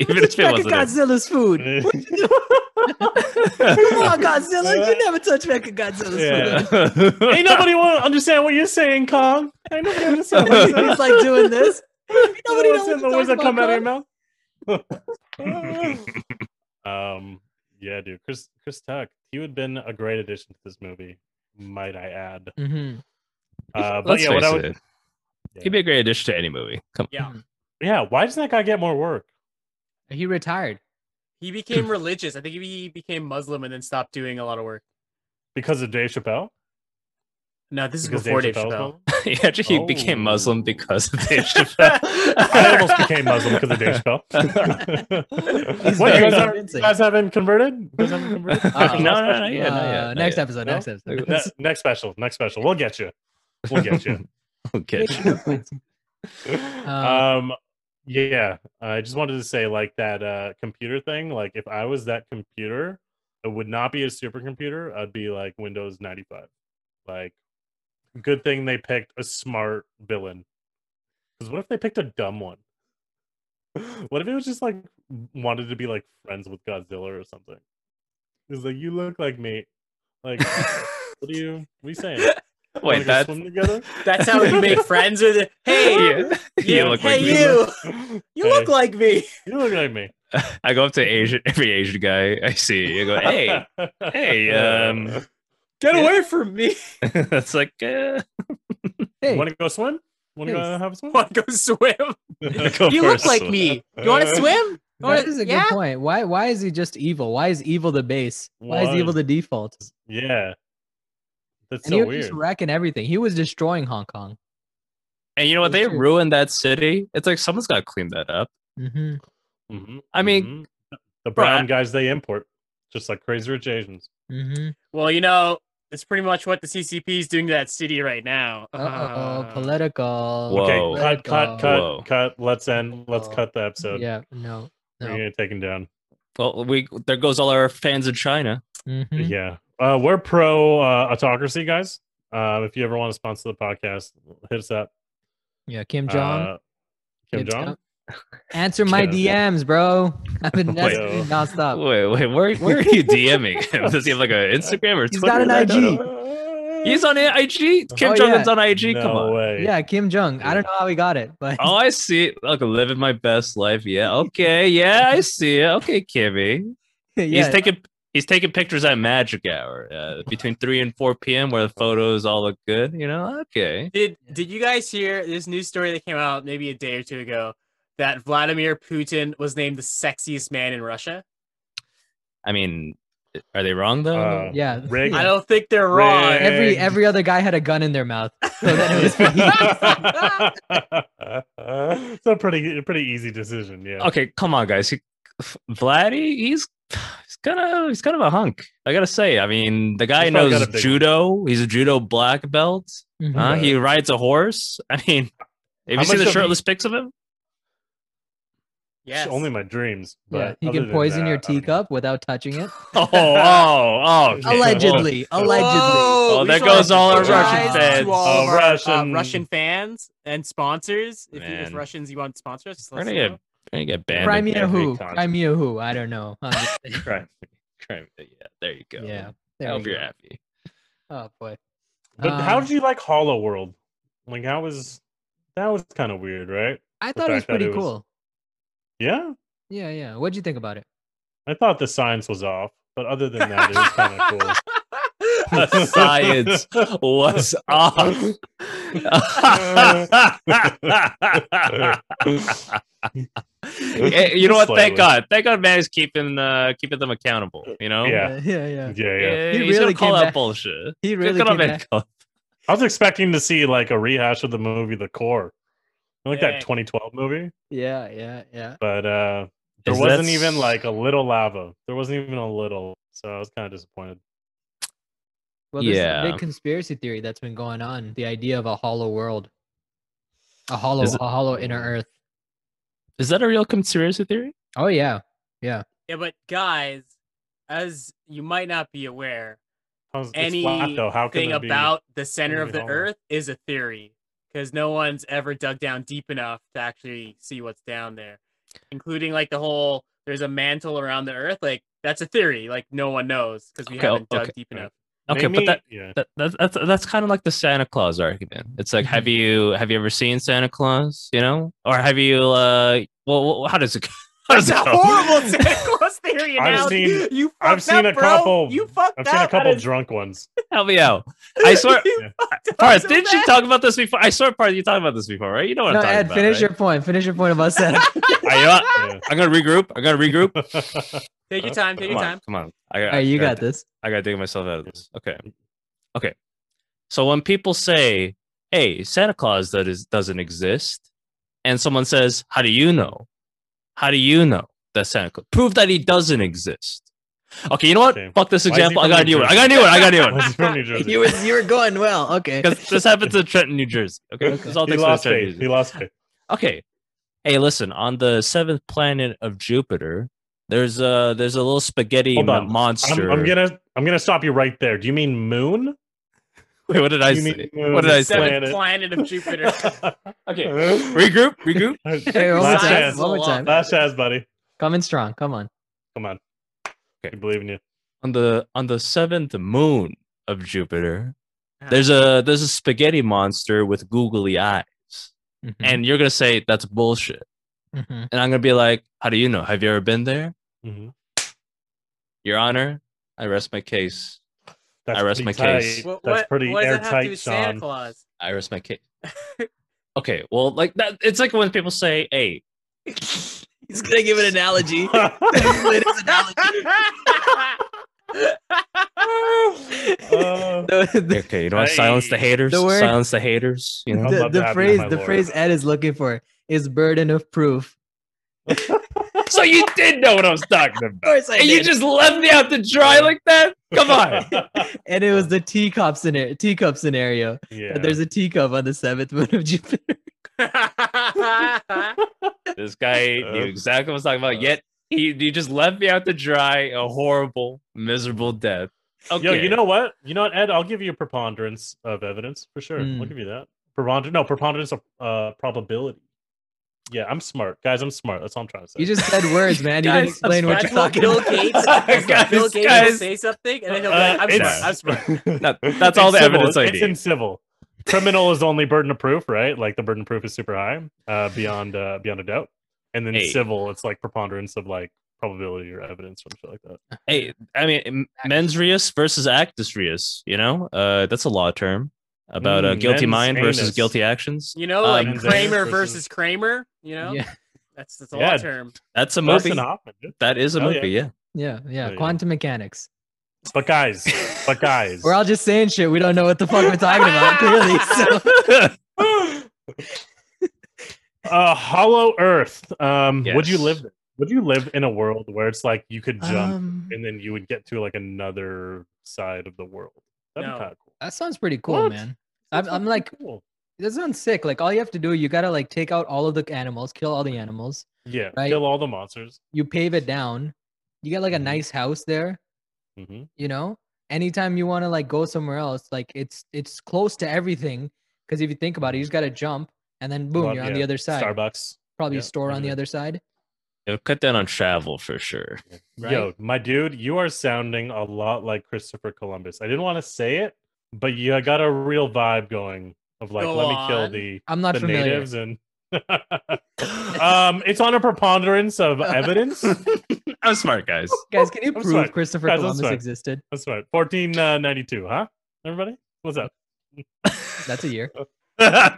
Even if it Mecha wasn't. him. Godzilla's food. Come on, Godzilla. You never touch Mecha Godzilla's Yeah. food. Ain't nobody want to understand what you're saying, Kong. Ain't nobody understand what He's you're saying. like doing this. Ain't Nobody Nobody knows understand the words that what come out you're of talking your mouth. um, yeah, dude, Chris Chris Tuck, he would have been a great addition to this movie, might I add. about, Kong. Mhm. Uh, but Let's yeah, what face I would, it. He'd be a great addition to any movie. Come Yeah, yeah, why doesn't that guy get more work? He retired. he became religious. I think he became Muslim and then stopped doing a lot of work. Because of Dave Chappelle? No, this is Because before Dave Chappelle's Chappelle. on. he actually became Muslim Oh. because of Dave Chappelle. I almost became Muslim because of Dave Chappelle. He's what, you very guys, are, you convincing. guys haven't converted? You guys haven't converted? Uh-oh. No, no, no, Next Yeah, not Uh, yet, not next yet. episode. No? Next episode. special? Ne- next special. Next special. We'll get you. We'll get you. okay. Uh. um, yeah. I just wanted to say, like, that uh, computer thing. Like, if I was that computer, it would not be a supercomputer. I'd be like Windows 95. Like, good thing they picked a smart villain. Because what if they picked a dumb one? What if it was just like wanted to be like friends with Godzilla or something? It's like you look like me. Like what do you? What are you saying? Wanna Wait, go that. swim together. That's how you make friends with it. Hey, you, you, look hey like me. you, you look Hey. like me. You look like me. I go up to Asian every Asian guy I see. I go, hey, hey, um, Get Yeah. away from me. it's like, uh, Hey, want to go swim? Want to Hey. go have a swim? Want to go swim? go you for a look like swim. me. You want Uh, to swim? You wanna- that is a yeah? good point. Why why is he just evil? Why is evil the base? Why is Why? evil the default? Yeah, that's And he so was weird. just wrecking everything. He was destroying Hong Kong. And you know what? They It's true. ruined that city. It's like someone's got to clean that up. Mhm. Mhm, I mean, mhm. the bro, I- brown guys they import, just like crazy rich Asians. Mhm. Well, you know, that's pretty much what the CCP is doing to that city right now. Uh-oh, Uh, political. Whoa. Okay, cut, cut, cut, Whoa. cut. Let's end. Let's cut the episode. Oh. Yeah, no. We're No. gonna take him down. Well, we there goes all our fans in China. Mhm. Yeah, uh, we're pro uh, autocracy, guys. Uh, if you ever want to sponsor the podcast, hit us up. Yeah, Kim Jong. Uh, Kim Kim Jong. Jong. Answer my DMs, bro. I've been Wait. messaging nonstop. Wait, wait, where where are you DMing him? Does he have like an Instagram or Uh, He's Twitter? got an I don't IG. know. He's on I- IG. Kim Oh, Jong Un's yeah. on IG. Come No on. way. Yeah, Kim Jong. I don't know how he got it, but Oh, I see. it. Look, living my best life. Yeah. Okay. Yeah, I see it. Okay, Kimmy. yeah, He's taking he's taking pictures at magic hour uh, between three and four p.m. where the photos all look good. You know. Okay. Did did you guys hear this news story that came out maybe a day or two ago that Vladimir Putin was named the sexiest man in Russia? I mean, are they wrong though? Uh, Um, yeah. Rigged. I don't think they're wrong. Rigged. Every every other guy had a gun in their mouth. So then it was it's a pretty pretty easy decision. Yeah. okay, come on, guys. He, Vladdy, he's he's kind of he's kind of a hunk. I gotta say. I mean, the guy He's probably got knows a big one. judo. He's a judo black belt. Mhm. Huh? Yeah. He rides a horse. I mean, have How you seen much the of he- shirtless pics of him? It's Yes. Only my dreams. yeah, But he other can than poison that, your I don't know. teacup without touching it. Oh, oh, oh. okay. Allegedly, allegedly. Whoa, Oh, we there just wanna goes all our apologize Russian to fans. all of Oh, our, uh, Russian- Russian fans and sponsors. If, you, if Man. Russians you want to sponsor us, just We're let us gonna get know. we're gonna get banned. Cry in me a every who? con- Cry me a who? I don't know. I'm just- Cry- cry me- Yeah, there you go. yeah. I There hope we you're go. happy. Oh boy. But how Um, did you like Hollow World? Like how was that was kind of weird, right? I the thought it was fact that pretty it was- cool. Yeah. Yeah, yeah. What'd you think about it? I thought the science was off, but other than that, it was kind of cool. The science was off. Eh, you know what? Slightly. Thank God. Thank God, man is keeping uh, keeping them accountable. You know. Yeah. yeah, yeah. Yeah, yeah. Yeah, He he's gonna really call came out back- bullshit. He He's really gonna came make back. call- I was expecting to see like a rehash of the movie The Core. Like Yeah. that 2012 movie, Yeah, yeah, yeah. but uh there Is that wasn't s- even like a little lava. There wasn't even a little. So I was kind of disappointed. Well, there's a Yeah. big conspiracy theory that's been going on. The idea of a hollow world, a hollow, Is it- a hollow inner Earth. Is that a real conspiracy theory? Oh yeah, Yeah, but guys, as you might not be aware, How's, it's flat though. How can anything there be- about the center of Maybe the hollow. earth is a theory because no one's ever dug down deep enough to actually see what's down there, including like the whole there's a mantle around the earth. Like that's a theory. Like no one knows because we Okay, haven't dug okay. deep Right. enough. Okay, Maybe- but that, yeah. that, that that's that's kind of like the Santa Claus argument. It's like, Mm-hmm. have you have you ever seen Santa Claus? You know, or have you? uh Well, well, how does it? go? How does That's a it go? horrible Santa Claus theory I've analogy. seen- you fucked I've seen a up, bro. couple- You fucked I've up. seen a How couple did- drunk ones. Help me out. I swear, You Yeah. fucked up Parth, so didn't you bad. talk about this before? I swear, Parth, you talked about this before, right? You know what no, I'm talking Ed, about. finish right? your point. Finish your point about Santa. Ah, you know what? Yeah. I'm gonna regroup. I'm gonna regroup. Take your time. Take come your on, time. come on. I got. All right, you I gotta got this. I gotta dig myself out of this. Okay. Okay. So when people say, Hey, Santa Claus that is doesn't exist, and someone says, How do you know? How do you know that Santa Claus prove that he doesn't exist? Okay, you know what? Okay. Fuck this Why is he example. I from gotta New do it. I Jersey? gotta do it. I gotta do it. Was he from New Jersey? You were you were going well. Okay. Because this happened to Trenton, New Jersey. Okay. Okay. This all he takes place in lost Trenton, New faith. Jersey. He lost faith. okay hey listen on the seventh planet of jupiter there's a there's a little spaghetti Hold on. monster I'm, I'm gonna I'm gonna stop you right there. Do you mean moon? Wait, what did I You say? need to What did I move say? Seventh Planet. planet of Jupiter. Okay, regroup, regroup. Hey, one more Last time. chance. One more time. Last chance, buddy. Coming strong. Come on. Come on. Okay. We believe in you. on the on the seventh moon of Jupiter, there's a there's a spaghetti monster with googly eyes, Mm-hmm. and you're gonna say that's bullshit, Mhm. and I'm gonna be like, how do you know? Have you ever been there, Mhm. Your Honor? I rest my case. That's I rest pretty my case. tight. That's pretty what does that have to do airtight, with Sean. Santa Claus? I rest my case. okay, well, like that, it's like when people say, "Hey, He's gonna give an analogy. Latest analogy. Uh, The- okay, you know, what? silence the Hey. haters, The word- silence the haters." You know, I'm the, about the to have you, phrase my the lord. phrase Ed is looking for is burden of proof. so you did know what I was talking about, course I and you did. just left me out to dry like that. Come on. And it was the teacup scenario teacup scenario. yeah. That There's a teacup on the seventh moon of Jupiter. This guy knew Uh, exactly what I was talking uh, about. Yet he, he just left me out to dry, a horrible, miserable death. Okay, Yo, you know what? You know what, Ed? I'll give you a preponderance of evidence for sure. Mm. I'll give you that. Preponderance, no, preponderance of uh, probability. Yeah, I'm smart, guys. I'm smart. That's all I'm trying to say. You just said words, man. You didn't Guys, explain what subscribe you're That's what Bill talking Gates. about. that's what Guys, Bill Gates will guys. say something, and then he'll be Uh, like, "I'm it's- smart. I'm smart." That- that's all It's the civil. evidence I It's in need. civil. Criminal is only burden of proof, right? Like the burden of proof is super high, uh, beyond uh, beyond a doubt. And then Hey. civil, it's like preponderance of like probability or evidence or something like that. Hey, I mean, m- mens reus versus actus reus. You know, uh, that's a law term about uh, Mm, guilty mens mind versus anus. guilty actions. You know, Um, like Men's Kramer anus versus- versus Kramer. You know, Yeah, that's that's a eh? Yeah. law term. That's a Dustin movie. Hoffman, dude. That is a Oh, movie. Yeah. yeah, Oh, yeah. yeah. Quantum mechanics. But guys, but guys, We're all just saying shit. We don't know what the fuck we're talking about, clearly. So uh, Hollow Earth. Um, would you Yes. live? There? Would you live in a world where it's like you could jump Um, and then you would get to like another side of the world? That'd No. be kind of cool. that sounds pretty cool, What? man. That's I'm, I'm fucking like, cool. that sounds sick. Like all you have to do, you gotta like take out all of the animals, kill all the animals. yeah, right? kill all the monsters. you pave it down you get like a Mhm. nice house there hmm you know anytime you want to like go somewhere else like it's it's close to everything because if you think about it you just got to jump and then boom Love- you're on yeah, the other side Starbucks. probably a yeah, mm-hmm. store on the everything. other side It'll cut down on travel for sure. right Yo, my dude, you are sounding a lot like Christopher Columbus. I didn't want to say it, but you got a real vibe going of like, Go let me on. kill the, i'm not the familiar natives and. um, it's on a preponderance of evidence. I'm smart, guys. guys can you Oh, I'm prove sorry. christopher Guys, I'm columbus sorry. existed That's right, fourteen uh, ninety-two, huh? Everybody, what's up? that's a year That's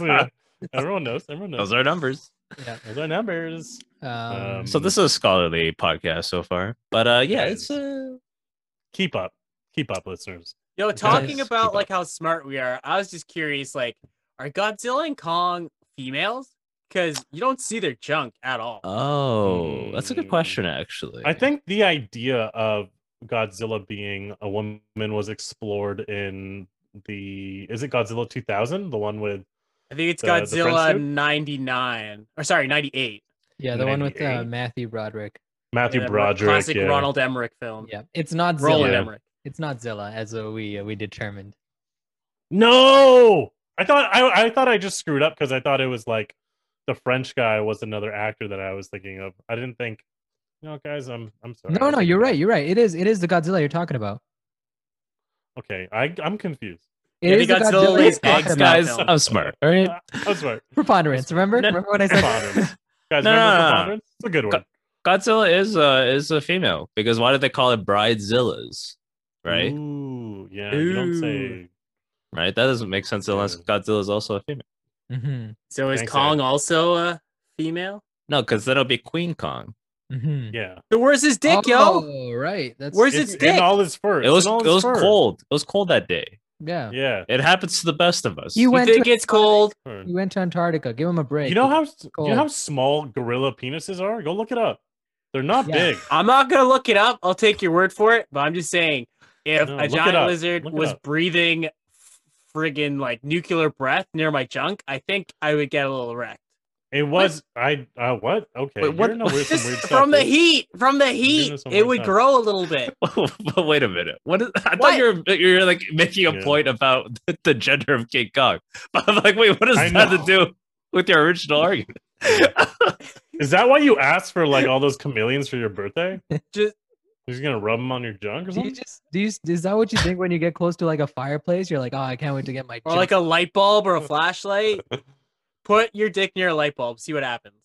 what you- uh, everyone knows. Everyone knows. are numbers. yeah Those are numbers. um, Um, So this is a scholarly podcast so far, but uh, yeah, Guys. it's uh, Keep up, keep up, listeners. Yo, talking Guys, keep about up. like how smart we are, I was just curious, like, are Godzilla and Kong females? Because you don't see their junk at all. Uh, Oh, that's a good Mm. question, actually. I think the idea of Godzilla being a woman was explored in the is it Godzilla 2000, the one with I think it's the- the Godzilla Prince dude? 99 or sorry, 98. yeah the one with uh, 98? matthew broderick Matthew Yeah, the Broderick. Classic yeah. Ronald Emmerich film. yeah it's not zilla Roland Yeah. Emmerich. it's not zilla as uh, we uh, we determined No, I thought I, I thought I just screwed up because I thought it was like the French guy was another actor that I was thinking of. I didn't think. No, guys, I'm I'm sorry. I no was no thinking you're of- right you're right it is it is the godzilla you're talking about Okay, I I'm confused. It Yeah, is the Godzilla you're lays talking eggs, about. guys, Uh, film. I'm smart. All right. I'm sorry. preponderance. Remember, No. remember what I said? Preponderance. Guys, No, remember no, no, no. preponderance? It's a good one. Godzilla is uh is a female because why did they call it bridezillas? Right? Mm. Ooh, yeah. You don't say. Right? That doesn't make sense unless Yeah. Godzilla is also a female. hmm So is Thanks, Kong Ed. also a female? No, because then it'll be Queen Kong. hmm Yeah. So where's his dick, yo? Oh, right. That's Where's It's his in dick? all his fur. It was It's in it all his was fur. cold. It was cold that day. yeah. Yeah. It happens to the best of us. You You went think to it's cold? fur. you went to Antarctica. Give him a break. You know how you cold. know how small gorilla penises are? Go look it up. They're not Yeah. big. I'm not gonna look it up. I'll take your word for it. But I'm just saying, if No, look a it giant up. lizard Look it was up. breathing friggin' like nuclear breath near my junk, I think I would get a little wrecked. It was I. Uh, what? Okay. Wait, what- You're into weird, some weird stuff. from the heat, from the doing heat, this on it one would side. grow a little bit. but wait a minute. What is? I What? thought you were you were like making a Yeah. point about the, the gender of King Kong. But I'm like, wait, what does I that know. have to do with your original argument? Is that why you asked for like all those chameleons for your birthday? Just- You're just gonna rub them on your junk or Do you something? just do you is that what you think when you get close to like a fireplace? You're like, oh, I can't wait to get my Or junk." like a light bulb or a flashlight. Put your dick near a light bulb, see what happens.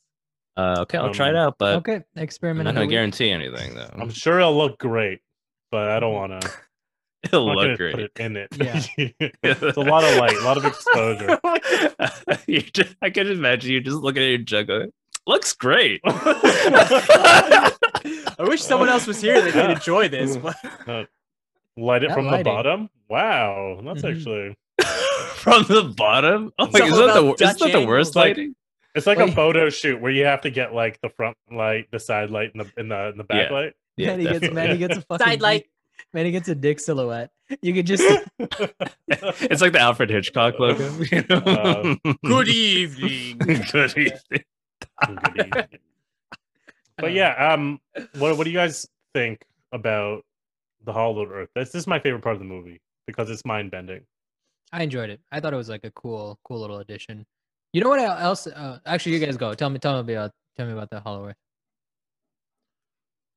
Uh, okay, I'll try it Um, out, but okay I'm experiment. not of the gonna week. guarantee anything though. I'm sure it'll look great, but I don't wanna. It'll I'm not gonna look put great. it in it. Yeah. it's a lot of light, a lot of exposure. You're just- I can imagine you just looking at your junk. going, Looks great. I wish someone else was here that could enjoy this. but- Light it That from the lighting. bottom. Wow, that's Mhm. actually. From the bottom. Oh my! It's Is all that the about is that Dutch the worst angles, like- lighting? It's like Wait. a photo shoot where you have to get like the front light, the side light, and the in the in the back Yeah. light. Yeah, Manny gets Manny gets a fucking Side light. dick- Manny gets a dick silhouette. You could just it's like the Alfred Hitchcock logo. you Uh, know? Good evening. Good evening. Good evening. but yeah, um, what what do you guys think about the Hollowed Earth? This, this is my favorite part of the movie because it's mind bending. I enjoyed it. I thought it was like a cool, cool little addition. You know what else? Uh, actually, you guys go. Tell me, tell me about, tell me about the Hollow Earth.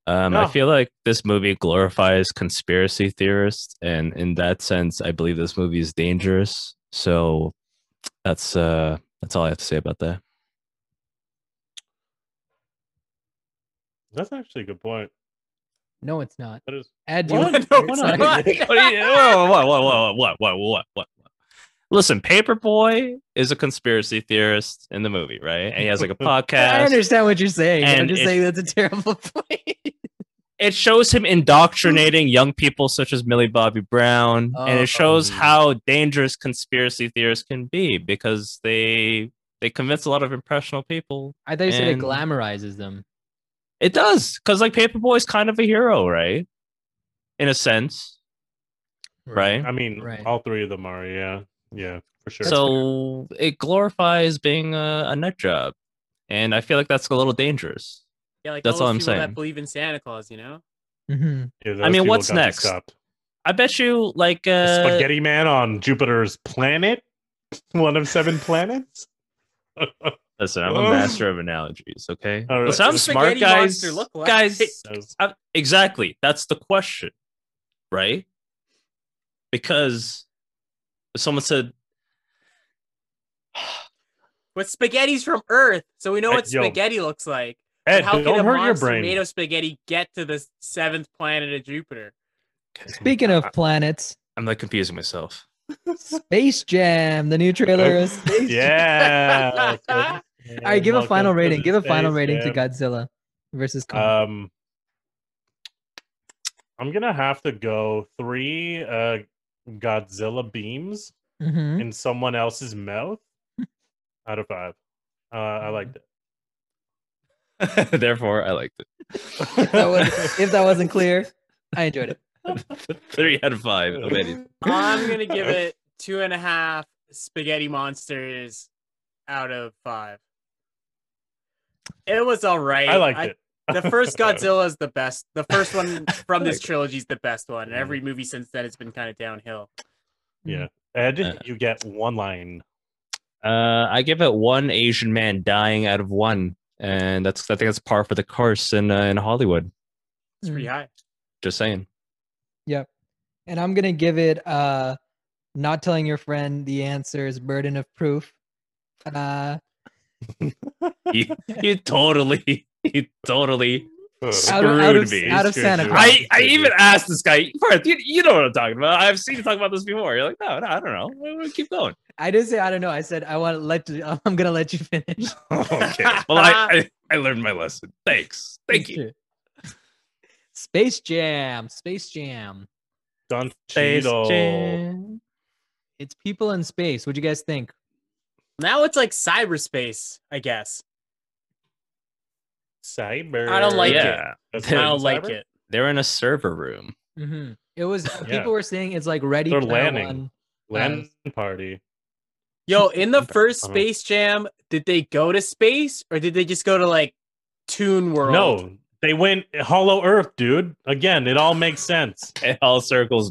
Um, No. I feel like this movie glorifies conspiracy theorists, and in that sense, I believe this movie is dangerous. So that's uh, that's all I have to say about that. That's actually a good point. No, it's not. That is Ed, do you What? want- No, it's sorry. not. what? What are you- whoa, whoa, whoa, whoa, whoa, whoa, whoa, whoa, whoa. Listen, Paperboy is a conspiracy theorist in the movie, right? And he has like a I podcast. understand what you're saying. I'm And just it- saying that's a terrible point. it shows him indoctrinating young people such as Millie Bobby Brown, and Oh. it shows Um. how dangerous conspiracy theorists can be because they they convince a lot of impressionable people. I thought you said it And- glamorizes them. It does because like Paperboy is kind of a hero, right? In a sense, Hmm. right? I mean, Right. all three of them are. Yeah, yeah, for sure. So it glorifies being a, a nut job, and I feel like that's a little dangerous. Yeah, like That's all all those I'm people saying. That believe in Santa Claus, you know. Mhm. Yeah, those mean, people what's got me next? stopped. I bet you, like, The uh, Spaghetti Man on Jupiter's planet, one of seven planets. listen, I'm a Ugh. master of analogies. Okay, All right. listen, I'm What's the smart, spaghetti guys. monster look like? Guys, That was- Uh, exactly. That's the question, right? Because someone said, But spaghetti's from Earth, so we know Hey, what yo. spaghetti looks like. Ed, how don't can a hurt your monster brain. made of spaghetti get to the seventh planet of Jupiter? Speaking of planets, "I'm like confusing myself." Space Jam, the new trailer. Of Space Jam. yeah. All right, give a final rating. Give a final rating to to guys. Godzilla versus Kong. Uh, Um, I'm gonna have to go three uh Godzilla beams Mhm. in someone else's mouth out of five. Uh, Hmm. I liked it. Therefore, I liked it. That was- if that wasn't clear, I enjoyed it. Three out of five. of any- I'm gonna give it two and a half spaghetti monsters out of five. It was all right. I liked it. The first Godzilla is the best. The first one from this Like- trilogy is the best one. And Mm. every movie since then has been kind of downhill. yeah, Ed, Uh, you get one line. Uh, I give it one Asian man dying out of one, and that's I think that's par for the course in uh, in Hollywood. It's Mm. pretty high. Just saying. and I'm gonna give it uh not telling your friend the answer is burden of proof. Uh You, you totally, you totally. out of, out of, Screwed me. out of Screwed Santa you. Claus. I, I even asked this guy, Parth, you, you know what I'm talking about. I've seen you talk about this before. You're like, no, no, I don't know. We'll- we'll Keep going. I didn't say I don't know. I said I want to let you I'm gonna let you finish. okay. Well, I, I, I learned my lesson. Thanks. Thank It's you. true. Space Jam. Space Jam. Don Space Cheadle. Jam. It's people in space. What do you guys think? Now it's like cyberspace, I guess. Cyber. I don't like it. yeah, That's I don't cyber? like it. they're in a server room. Mm-hmm. It was Yeah. people were saying it's like ready They're player landing. one. Land party. Yo, in the first Uh-huh. Space Jam, did they go to space or did they just go to like Toon World? No, they went Hollow Earth, dude. Again, it all makes sense. It all circles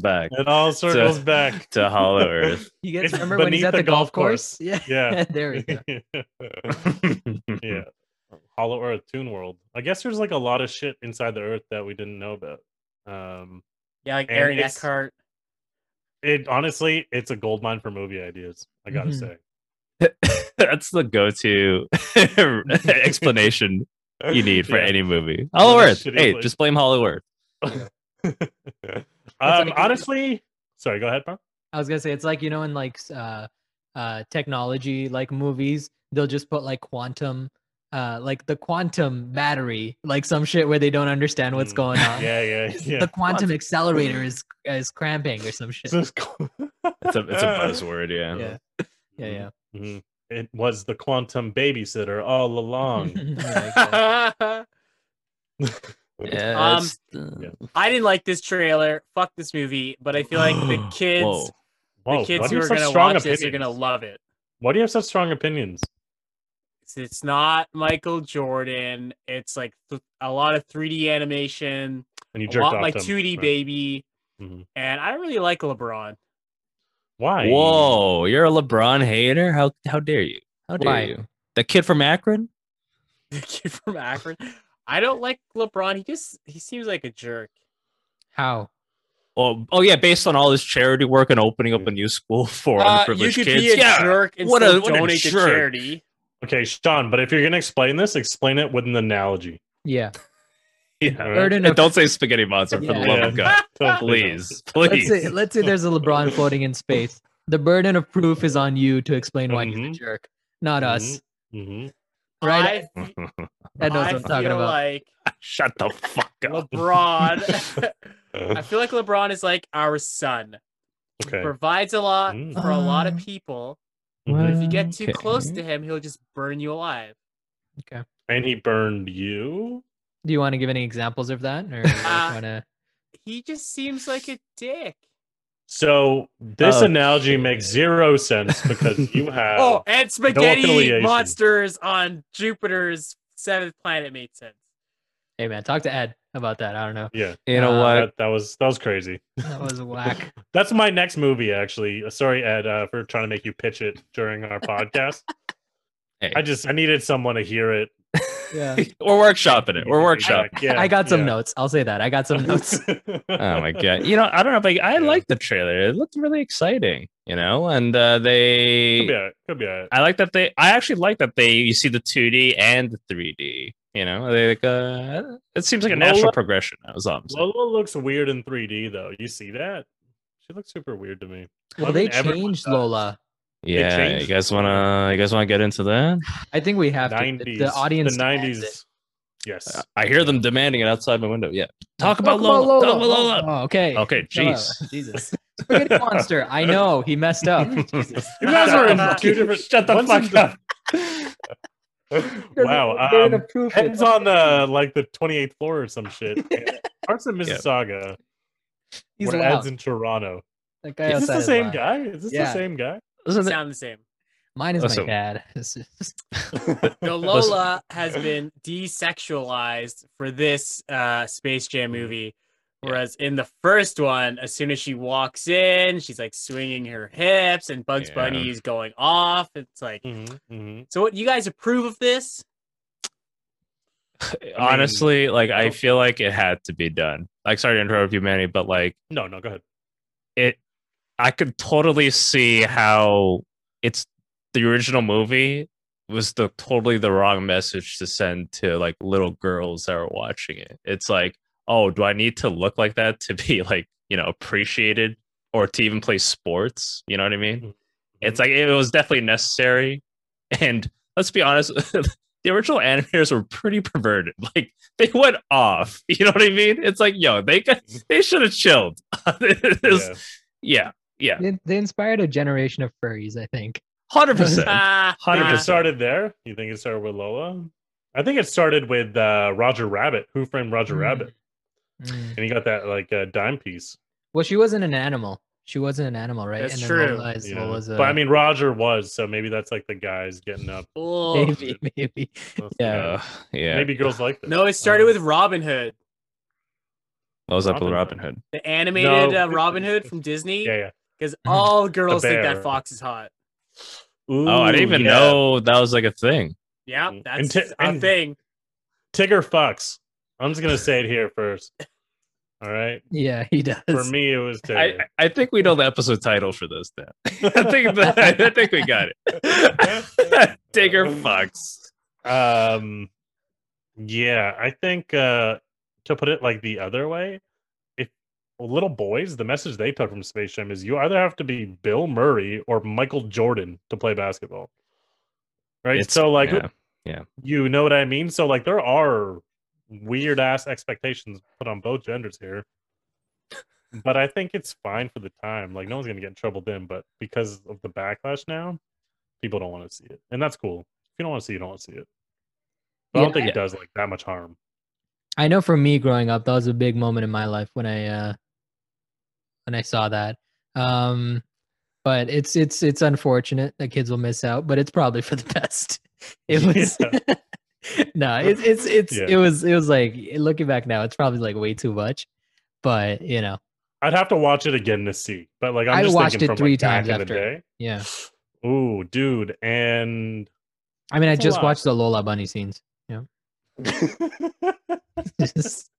back It all circles back. to Hollow Earth. He gets It's remember when he's beneath at the, golf course? Yeah. there we go. yeah. Hollow Earth, Toon World. I guess there's like a lot of shit inside the Earth that we didn't know about. Um, Yeah, like And Aaron it's- Eckhart. it honestly, it's a gold mine for movie ideas. I gotta Mm-hmm. Mhm. say, That's the go-to explanation you need for Yeah. any movie. Hollow Earth. Shitty Hey, place. just blame Hollow Earth. Um, like- honestly, sorry. Go ahead, Pam. I was gonna say it's like you know in like s- uh, uh, technology like movies, they'll just put like quantum, uh, like the quantum battery, like some shit where they don't understand what's Mm, going on. Yeah, yeah, yeah. The quantum accelerator is is cramping or some shit. It's a It's a, it's a buzzword, yeah. yeah, yeah, yeah. Mhm. It was the quantum babysitter all along. Yeah, Yeah, Um, it's the- Yeah. I didn't like this trailer. Fuck this movie. But I feel like the kids, Whoa. Whoa, the why do kids who you are have such gonna strong watch this are gonna opinions? love it. Why do you have such strong opinions? It's, it's not Michael Jordan. It's like th- a lot of 3D animation, And you a jerked lot off like to him, 2D right? baby, Mhm. and I really like LeBron. Why? Whoa, you're a LeBron hater? How how dare you? How dare Why? you? The kid from Akron? The kid from Akron. I don't like LeBron. He just he seems like a jerk. How? Oh, oh yeah, based on all his charity work and opening up a new school for Uh, you underprivileged could kids. be a yeah. jerk and What a- still what a donate to jerk. charity. Okay, Sean. But if you're gonna explain this, explain it with an analogy. Yeah, yeah. Alright. Burden And of- don't say spaghetti monster for the Yeah. love of God. Don't do that. Please. Let's Please. say let's say there's a LeBron floating in space. The burden of proof is on you to explain why he's a Mhm. jerk, not us. Mhm. Right? I, f- Mm-hmm. That knows I what I'm talking feel about. like Shut the fuck up. LeBron. I feel like LeBron is like our son. okay. Provides a lot Mm. for a lot of Uh, people. Mm-hmm. But if you get too close Okay. to him, he'll just burn you alive. And he burned you. Do you want to give any examples of that, or Uh, want to? He just seems like a dick. So this Oh, analogy shit. makes zero sense because you have. Oh, and spaghetti affiliation. monsters on Jupiter's seventh planet made sense. Hey man, talk to Ed about that. I don't know. yeah, You know Uh, what? that, that was that was crazy. That was whack. That's my next movie, actually. Uh, Sorry, Ed, uh, for trying to make you pitch it during our podcast. Hey. I just I needed someone to hear it. Yeah. We're workshopping it. We're workshopping. Feedback, Yeah, I got some yeah. notes. I'll say that. I got some notes. oh my god you know i don't know but i Yeah. like the trailer it looked really exciting you know and uh Could they be all right. Could be all right. i like that they i actually like that they you see the 2d and the 3d you know they like uh it seems like a natural Lola- progression that was all I'm saying. Lola looks weird in 3D though. You see that? She looks super weird to me. Well, they Fucking everyone changed does. Lola. yeah you changed- guys want to you guys want to get into that I think we have to. The- 90s. The audience. The demands it. 90s. Yes. i hear them demanding it outside my window yeah talk about lola, Talk about lola. Oh, okay. okay jeez Hello. Jesus. Spaghetti monster. I know he messed up. Jesus. You guys are in two different- shut the One's fuck in the- up wow. Burden Um, of proof is- Heads on the like the 28th floor or some shit. Parts of Mississauga. He's where loud. Ed's in Toronto. That guy Is this outside the same loud. guy? Is this Yeah. the same guy? Listen, Sound the same. Mine is Listen. my dad. It's just- No, Lola has been desexualized for this uh, Space Jam movie. Yeah. Whereas in the first one, as soon as she walks in, she's like swinging her hips and Bugs Yeah. Bunny is going off. It's like, Mhm, mhm. so what, you guys approve of this? honestly like i well- feel like it had to be done like sorry to interrupt you manny but like No, no, go ahead. it i could totally see how it's the original movie was the totally the wrong message to send to like little girls that are watching it it's like oh do i need to look like that to be like you know appreciated or to even play sports you know what i mean Mhm. it's like it was definitely necessary and let's be honest the original animators were pretty perverted like they went off you know what i mean it's like yo they got, they should have chilled This- Yeah. yeah, yeah, they, they inspired a generation of furries, I think. hundred percent. Ah, Think it 100%. started there? You think it started with Lola? I think it started with uh, Roger Rabbit. Who framed Roger Mm. Rabbit? Mm. And he got that like uh, dime piece. Well, she wasn't an animal. She wasn't an animal, right? That's and true. Lola is Yeah. Lola's a, But I mean, Roger was, so maybe that's like the guys getting up. Oh. maybe, maybe. That's- Yeah. Uh, yeah. Maybe girls like Uh-huh. this. No, it started with Robin Hood, what was up with Robin Robin Hood? the animated No. uh, Robin Hood from Disney, Yeah, because all girls think bear. that fox is hot. yeah. Ooh, Oh, I didn't even yeah. know that was like a thing. Yeah, And that's t- a and- thing. Tigger fucks. I'm just gonna say it here first. All right. Yeah, he does. For me, it was Tigger. I, I think we know the episode title for this now. I think that, I think we got it. Digger fucks. um yeah i think uh to put it like the other way if little boys the message they took from space jam is you either have to be bill murray or michael jordan to play basketball right It's- so like yeah. you know what i mean so like there are weird ass expectations put on both genders here but i think it's fine for the time like no one's gonna get in trouble then but because of the backlash now people don't want to see it and that's cool if you don't want to see it you don't want to see it but i Yeah. don't think it does like that much harm I know for me growing up, that was a big moment in my life when I uh when I saw that. Um but it's it's it's unfortunate that kids will miss out, but it's probably for the best. It was no, it's it's it's Yeah. it was it was like looking back now, it's probably like way too much. But you know, i'd have to watch it again to see but like i'm I just watched thinking it from, three like, back times in the after. day yeah. Ooh, dude, and I mean, I It's a just lot. watched the Lola Bunny scenes. Just-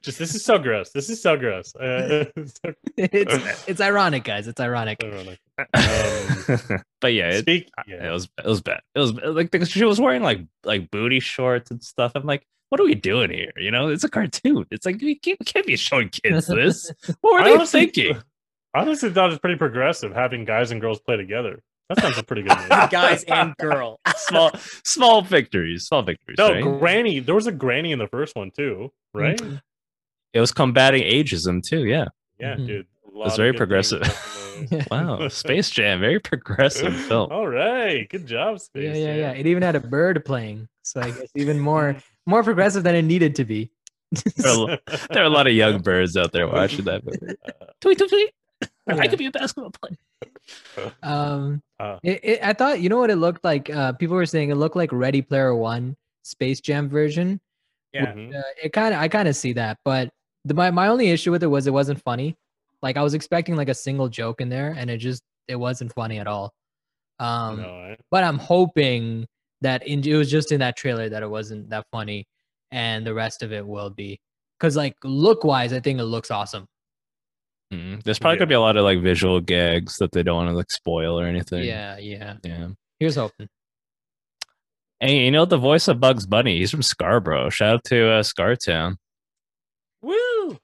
just this is so gross. This is so gross. Uh, so it's it's ironic, guys. It's ironic. ironic. um, but yeah, it, Speak. it was it was bad. It was like because she was wearing like like booty shorts and stuff. I'm like, what are we doing here? You know, it's a cartoon. It's like we can't, we can't be showing kids this. What I were they honestly- thinking? I honestly thought it was pretty progressive having guys and girls play together. That sounds a pretty good movie. Guys and girl. small small victories, small victories. No, right? Granny. There was a Granny in the first one too, right? Mm-hmm. it was combating ageism too. Yeah. Yeah, Mhm. dude. a lot It's of very good progressive. things happened Wow. Space Jam, very progressive there. film. All right, good job, Yeah, Space. yeah, yeah. Jam. It even had a bird playing, so I guess even more more progressive than it needed to be. There, are, a- there are a lot of young birds out there watching that movie. Tweet, tweet, tweet. I Yeah. could be a basketball player. Um, Uh. it, it, I thought you know what it looked like. Uh, people were saying it looked like Ready Player One Space Jam version. Yeah. Mhm. Uh, it kind of I kind of see that, but the, my my only issue with it was it wasn't funny. Like I was expecting like a single joke in there, and it just it wasn't funny at all. Um, No, I- but I'm hoping that in, it was just in that trailer that it wasn't that funny, and the rest of it will be. Cause like look wise, I think it looks awesome. Mhm. There's probably gonna be a lot of like visual gags that they don't want to like spoil or anything. Yeah, yeah. Yeah. Here's hoping. And you know the voice of Bugs Bunny, he's from Scarborough. Shout out to uh, Scartown. Woo!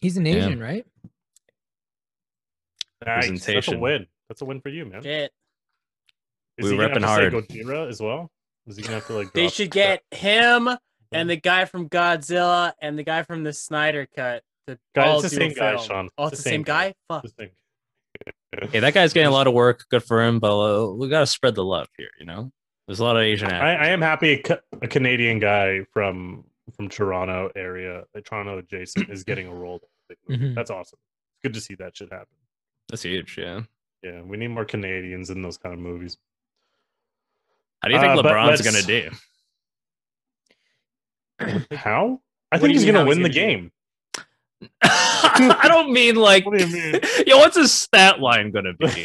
He's an Yeah. Asian, right? Nice, That's a Presentation. win. That's a win for you, man. Shit. Is We he gonna reppin' have to hard. say Gojira as well? Is he gonna have to like? They drop- should get him Mm-hmm. and the guy from Godzilla and the guy from the Snyder Cut. To Guy- all it's the do a same guy, film. Sean. Oh, it's the, same, guy. Fuck. This thing. Hey, that guy's getting a lot of work. Good for him, but uh, we gotta spread the love here, you know? There's a lot of Asian actors. I, I am happy a, Ca- a Canadian guy from from Toronto area, uh, Toronto adjacent, is getting a role. in a big Mm-hmm. movie. Mhm. That's awesome. It's good to see that shit happen. That's huge, yeah. Yeah, we need more Canadians in those kind of movies. How do you think Uh, but LeBron's gonna let's- do? How? I What do think you he's mean gonna how he's win the gonna do? game. I don't mean like. What do you mean? Yo, what's his stat line gonna be? yeah,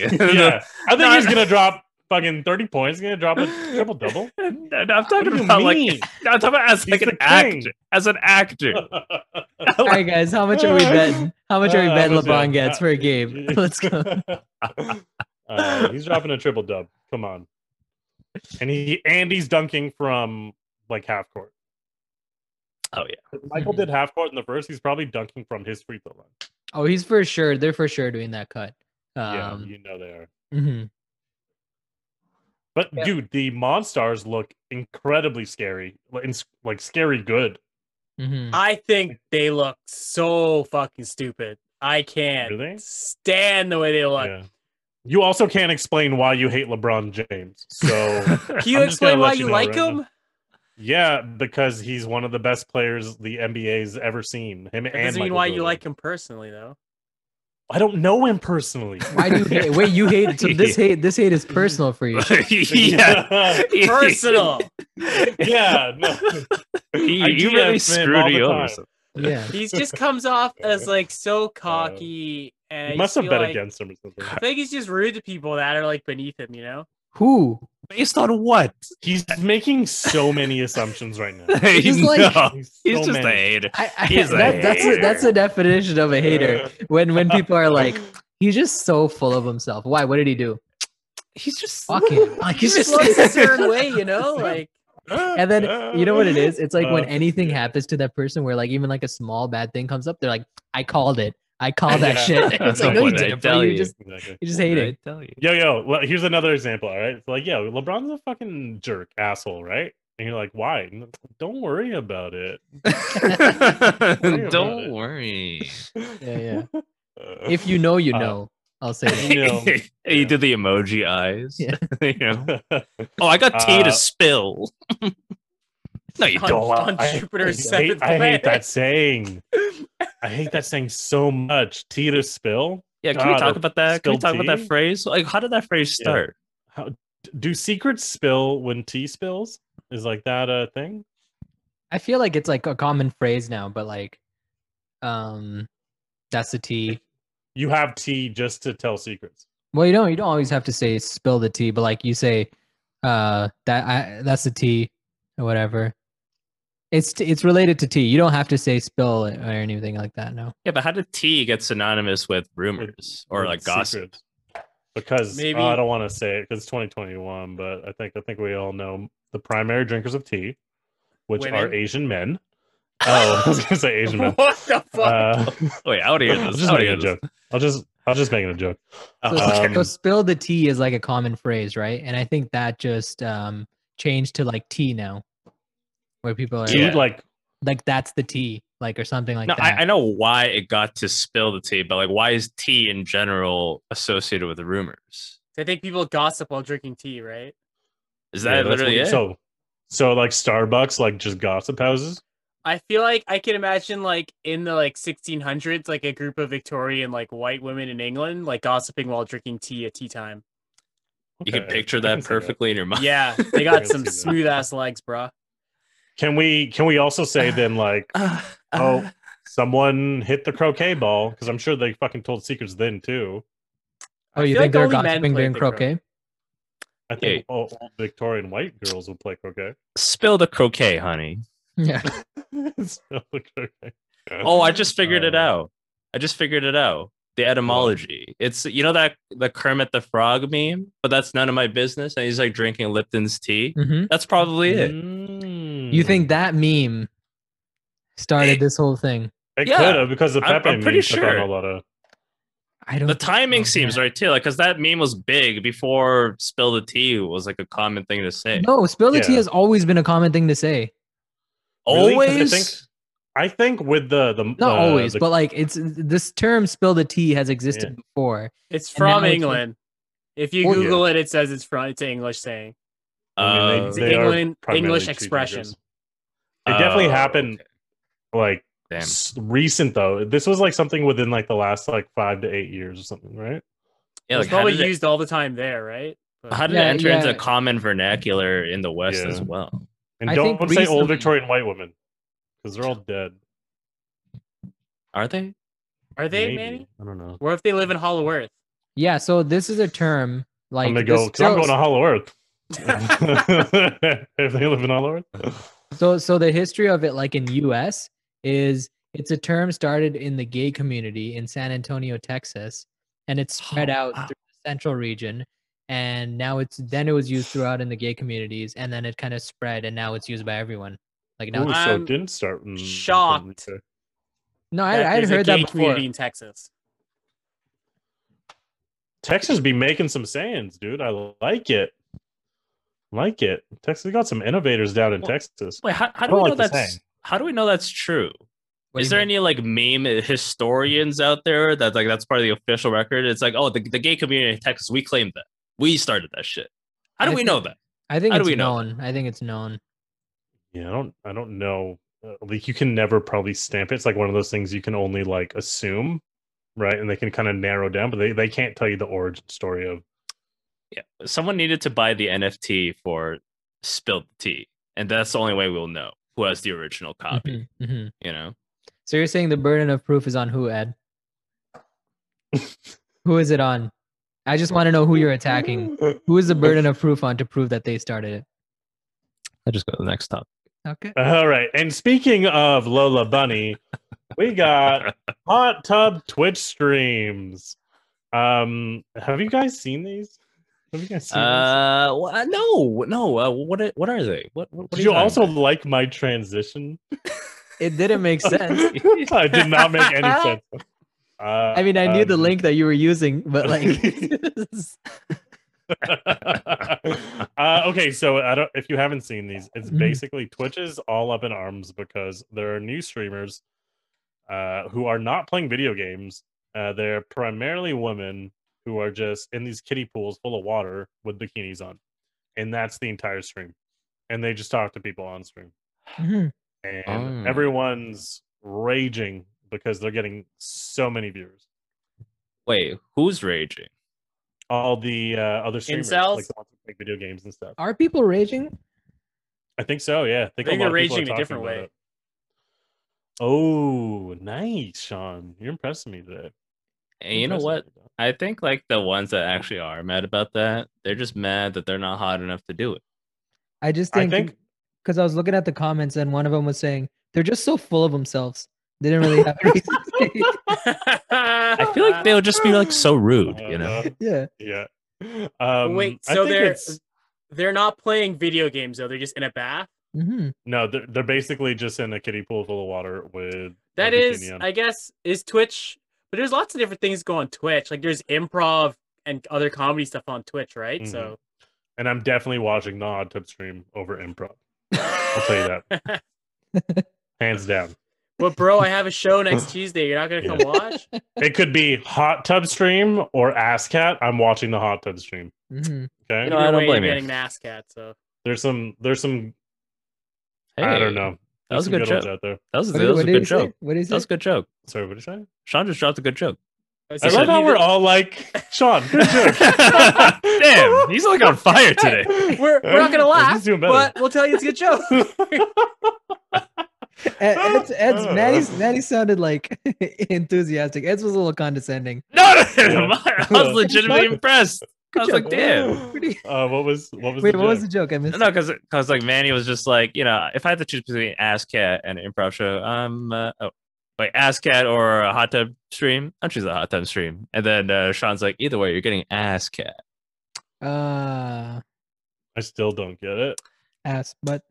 I think Not- he's gonna drop fucking thirty points. He's gonna drop a triple double. No, no, I'm talking do you about mean? like. No, I'm talking about as like He's an the king. actor. As an actor. All right, guys. How much are we betting? How much are we Uh, betting how much, uh, LeBron gets uh, for a game? Let's go. Uh, he's dropping a triple dub. Come on. And he and he's dunking from like half court. Oh yeah. Michael did half court in the first. He's probably dunking from his free throw line. Oh, he's for sure. They're for sure doing that cut. Yeah, Um, you know they are. mhm. But yeah. dude, the Monstars look incredibly scary, like, ins- like scary good. Mhm. I think they look so fucking stupid. I can't Really? stand the way they look. Yeah. You also can't explain why you hate LeBron James. So Can you I'm just gonna explain why let you you know like right him? now. yeah, because he's one of the best players the NBA's ever seen. Him That and doesn't mean Michael why you Jordan. like him personally, though. I don't know him personally. Why do you hate? Wait, you hate. So this hate, this hate is personal for you. yeah. Personal. yeah. No. You, I DM him you all really screwed the you over. time. son. Yeah. he just comes off as like so cocky and I Uh, He must just have feel bet like- against him or something. I think he's just rude to people that are like beneath him, you know? Who? Based on what? He's making so many assumptions right now. Oh, He's like- No, he's so just a many. hater. I, I, He's a that, that's a, hater. that's the definition of a hater. When when people are like, he's just so full of himself. Why? What did he do? He's just Fuck him. Like He he's just just. looks a certain way, you know? Like And then you know what it is? It's like when Uh, anything happens to that person, where like even like a small bad thing comes up, they're like, "I called it. I called that Yeah. shit." It's like, no, you What did I didn't. tell Bro. You you? just Exactly. you just hate it. I tell you. Yo, yo, le- here's another example. All right. It's like, yeah, LeBron's a fucking jerk, asshole, right? And you're like, why? And it's like, Don't worry about it. about Don't it. worry. Yeah, yeah. Uh, If you know, you Uh, know. I'll say that. No. he did the emoji eyes. Yeah. you know? Oh, I got tea Uh, to spill. no, you on, don't. on I- I Jupiter's hate, seventh I hate planet. that saying. I hate that saying so much. Tea to spill. Yeah, can we Ah, talk the about that? Can we spilled talk about that tea? phrase? Like, how did that phrase Yeah. start? Do secrets spill when tea spills? Is like that a thing? I feel like it's like a common phrase now, but like, um, that's the tea. You have tea just to tell secrets. Well, you don't you don't always have to say spill the tea, but like you say, uh, that I that's the tea or whatever. It's t- it's related to tea. You don't have to say spill it or anything like that. No. Yeah, but how did tea get synonymous with rumors or with like gossip? secrets. Because Maybe- oh, I don't want to say it because it's 2021, but I think I think we all know the primary drinkers of tea, which are Women? Asian men. Oh, I was gonna say Asian men. What the fuck? Uh, Wait, Oh, I would hear I'm this. just I would making hear a this. joke. I'll just I'll just making a joke. So, okay. Um, so spill the tea is like a common phrase, right? And I think that just um changed to like tea now, where people are Tea Yeah. like like that's the tea, like or something like No, that. I, I know why it got to spill the tea, but like, why is tea in general associated with rumors? I think people gossip while drinking tea, right? Is yeah, that that's literally what- it? so so like Starbucks, like just gossip houses. I feel like I can imagine like in the like 1600s, like a group of Victorian like white women in England like gossiping while drinking tea at tea time. you can Okay, I picture can that see perfectly in your mind. Yeah, they I got can some see that. smooth ass legs, bruh. Can we can we also say then like Uh, Oh. someone hit the croquet ball? Because I'm sure they fucking told secrets then too. oh, you feel think like only they're men gossiping play during the croquet. croquet? I think all old Victorian white girls would play croquet. spill the croquet, honey. Yeah. So, croquet. Oh, I just figured it Uh, out. I just figured it out. The etymology. It's you know that the Kermit the Frog meme, but that's none of my business. And he's like drinking Lipton's tea. Mm-hmm. hmm That's probably it. Mm. You think that meme started this whole thing? it yeah. could have because the I'm- Pepe I'm pretty meme took on sure. a lot of I don't. The timing Oh, seems man. right too, like because that meme was big before "spill the tea" was like a common thing to say. No, spill the tea Yeah. has always been a common thing to say. Really? 'Cause I Always, think- I think with the the Not uh, always, the- but like it's this term "spill the tea" has existed before. It's And now from it's like- England. If you Oh, yeah. Google it, it says it's from it's an English saying. I mean, Uh, It's they, an they are England primarily English tea expression. drinkers. It definitely Oh, happened okay. like Damn. s- recent though. This was like something within like the last like five to eight years or something, right? Yeah, it's like, how probably did, it, used all the time there, right? But- how did Yeah, it enter yeah. into common vernacular in the West Yeah. as well? And I don't think say old recently- Victorian white women because they're all dead. Are they? are they, Maybe. Manny? I don't know. What if they live in Hollow Earth? Yeah, so this is a term like I'm gonna this go because I'm term- going to Hollow Earth. if they live in Hollow Earth, So so the history of it like in US is it's a term started in the gay community in San Antonio, Texas, and it's spread Oh, out wow. through the central region and now it's then it was used throughout in the gay communities and then it kind of spread and now it's used by everyone. Like now Ooh, it's- so I'm it didn't start. In, in shocked. Puerto Rico. No, I That I'd there's a heard that gay before. community in Texas. Texas be making some sayings, dude. I like it. Like it. Texas got some innovators down in Well, Texas. Wait, how, how I do don't we know like the that's? saying. How do we know that's true? What do is you there mean? any like meme historians out there that like that's part of the official record? It's like, oh, the, the gay community in Texas, we claimed that. We started that shit. How do I we know that? I think how do it's we know? known. I think it's known. Yeah, I don't. I don't know. Uh, Like you can never probably stamp it. It's like one of those things you can only like assume right? And they can kind of narrow down, but they, they can't tell you the origin story of Yeah. Someone needed to buy the NFT for spilled tea. And that's the only way we'll know who has the original copy, Mhm, mhm. you know? So you're saying the burden of proof is on who, Ed? who is it on? I just want to know who you're attacking. Who is the burden of proof on to prove that they started it? I'll just go to the next topic. Okay. All right. And speaking of Lola Bunny, we got hot tub Twitch streams. Um, have you guys seen these? Have you guys seen these? Uh, wh- uh, no, no. Uh, what are- what are they? What? what, what Did are you talking also about? like my transition? It didn't make sense. it did not make any sense. Uh, I mean, I knew the um, link that you were using, but like, uh, okay, so I don't. If you haven't seen these, it's Mhm. basically Twitch is all up in arms because there are new streamers uh, who are not playing video games. Uh, they're primarily women who are just in these kiddie pools full of water with bikinis on, and that's the entire stream. And they just talk to people on stream, Mhm. and Oh. everyone's raging because they're getting so many viewers. Wait, who's raging? All the uh, other streamers, like Incels? the ones who play video games and stuff. are people raging? I think so. Yeah, I think, I think a lot they're of people raging in a are talking different about way. it. Oh, nice, Sean. You're impressing me today. And you know Impressing what? me today. I think like the ones that actually are mad about that, they're just mad that they're not hot enough to do it. I just I think think- because I was looking at the comments and one of them was saying they're just so full of themselves. They didn't really have a reason to say it." I feel Um, like they'll just be like so rude, you know? Uh, Yeah. yeah. Um, Wait, I so think they're it's- they're not playing video games though. They're just in a bath. Mhm. no, they're, they're basically just in a kiddie pool full of water with That a bikini is, on. I guess, is Twitch. But there's lots of different things go on Twitch. Like there's improv and other comedy stuff on Twitch, right? So and I'm definitely watching the odd tip stream over improv. I'll tell you that, hands down. But bro, I have a show next Tuesday. You're not gonna come Yeah. watch? It could be hot tub stream or ass cat. I'm watching the hot tub stream. Mhm. Okay, You know, I Either don't way, blame you. you're getting an ass cat. So there's some there's some Hey, I don't know. That There's was a some good ones joke. out there. That was, What that did- was a what did good he say? joke. What is That was it? a good joke. Sorry, what did you say? Sean just dropped a good joke. I love how we're all like, Sean, good joke. Damn, he's like on fire today. We're, we're not gonna laugh, He's doing better. but we'll tell you it's a good joke. Ed, Ed's, Ed's Maddie's, Maddie sounded like enthusiastic. Ed's was a little condescending. No, no, no, I was legitimately impressed. I was job. like, damn. Pretty- Uh, what was what was Wait, the what was the joke? joke? I missed. No, because because like Manny was just like you know if I had to choose between Ass Cat and an improv show, I'm uh, oh wait Ass Cat or a hot tub stream. I'll choose the hot tub stream. And then uh, Sean's like either way you're getting Ass Cat. it. Uh, I still don't get it. ass, but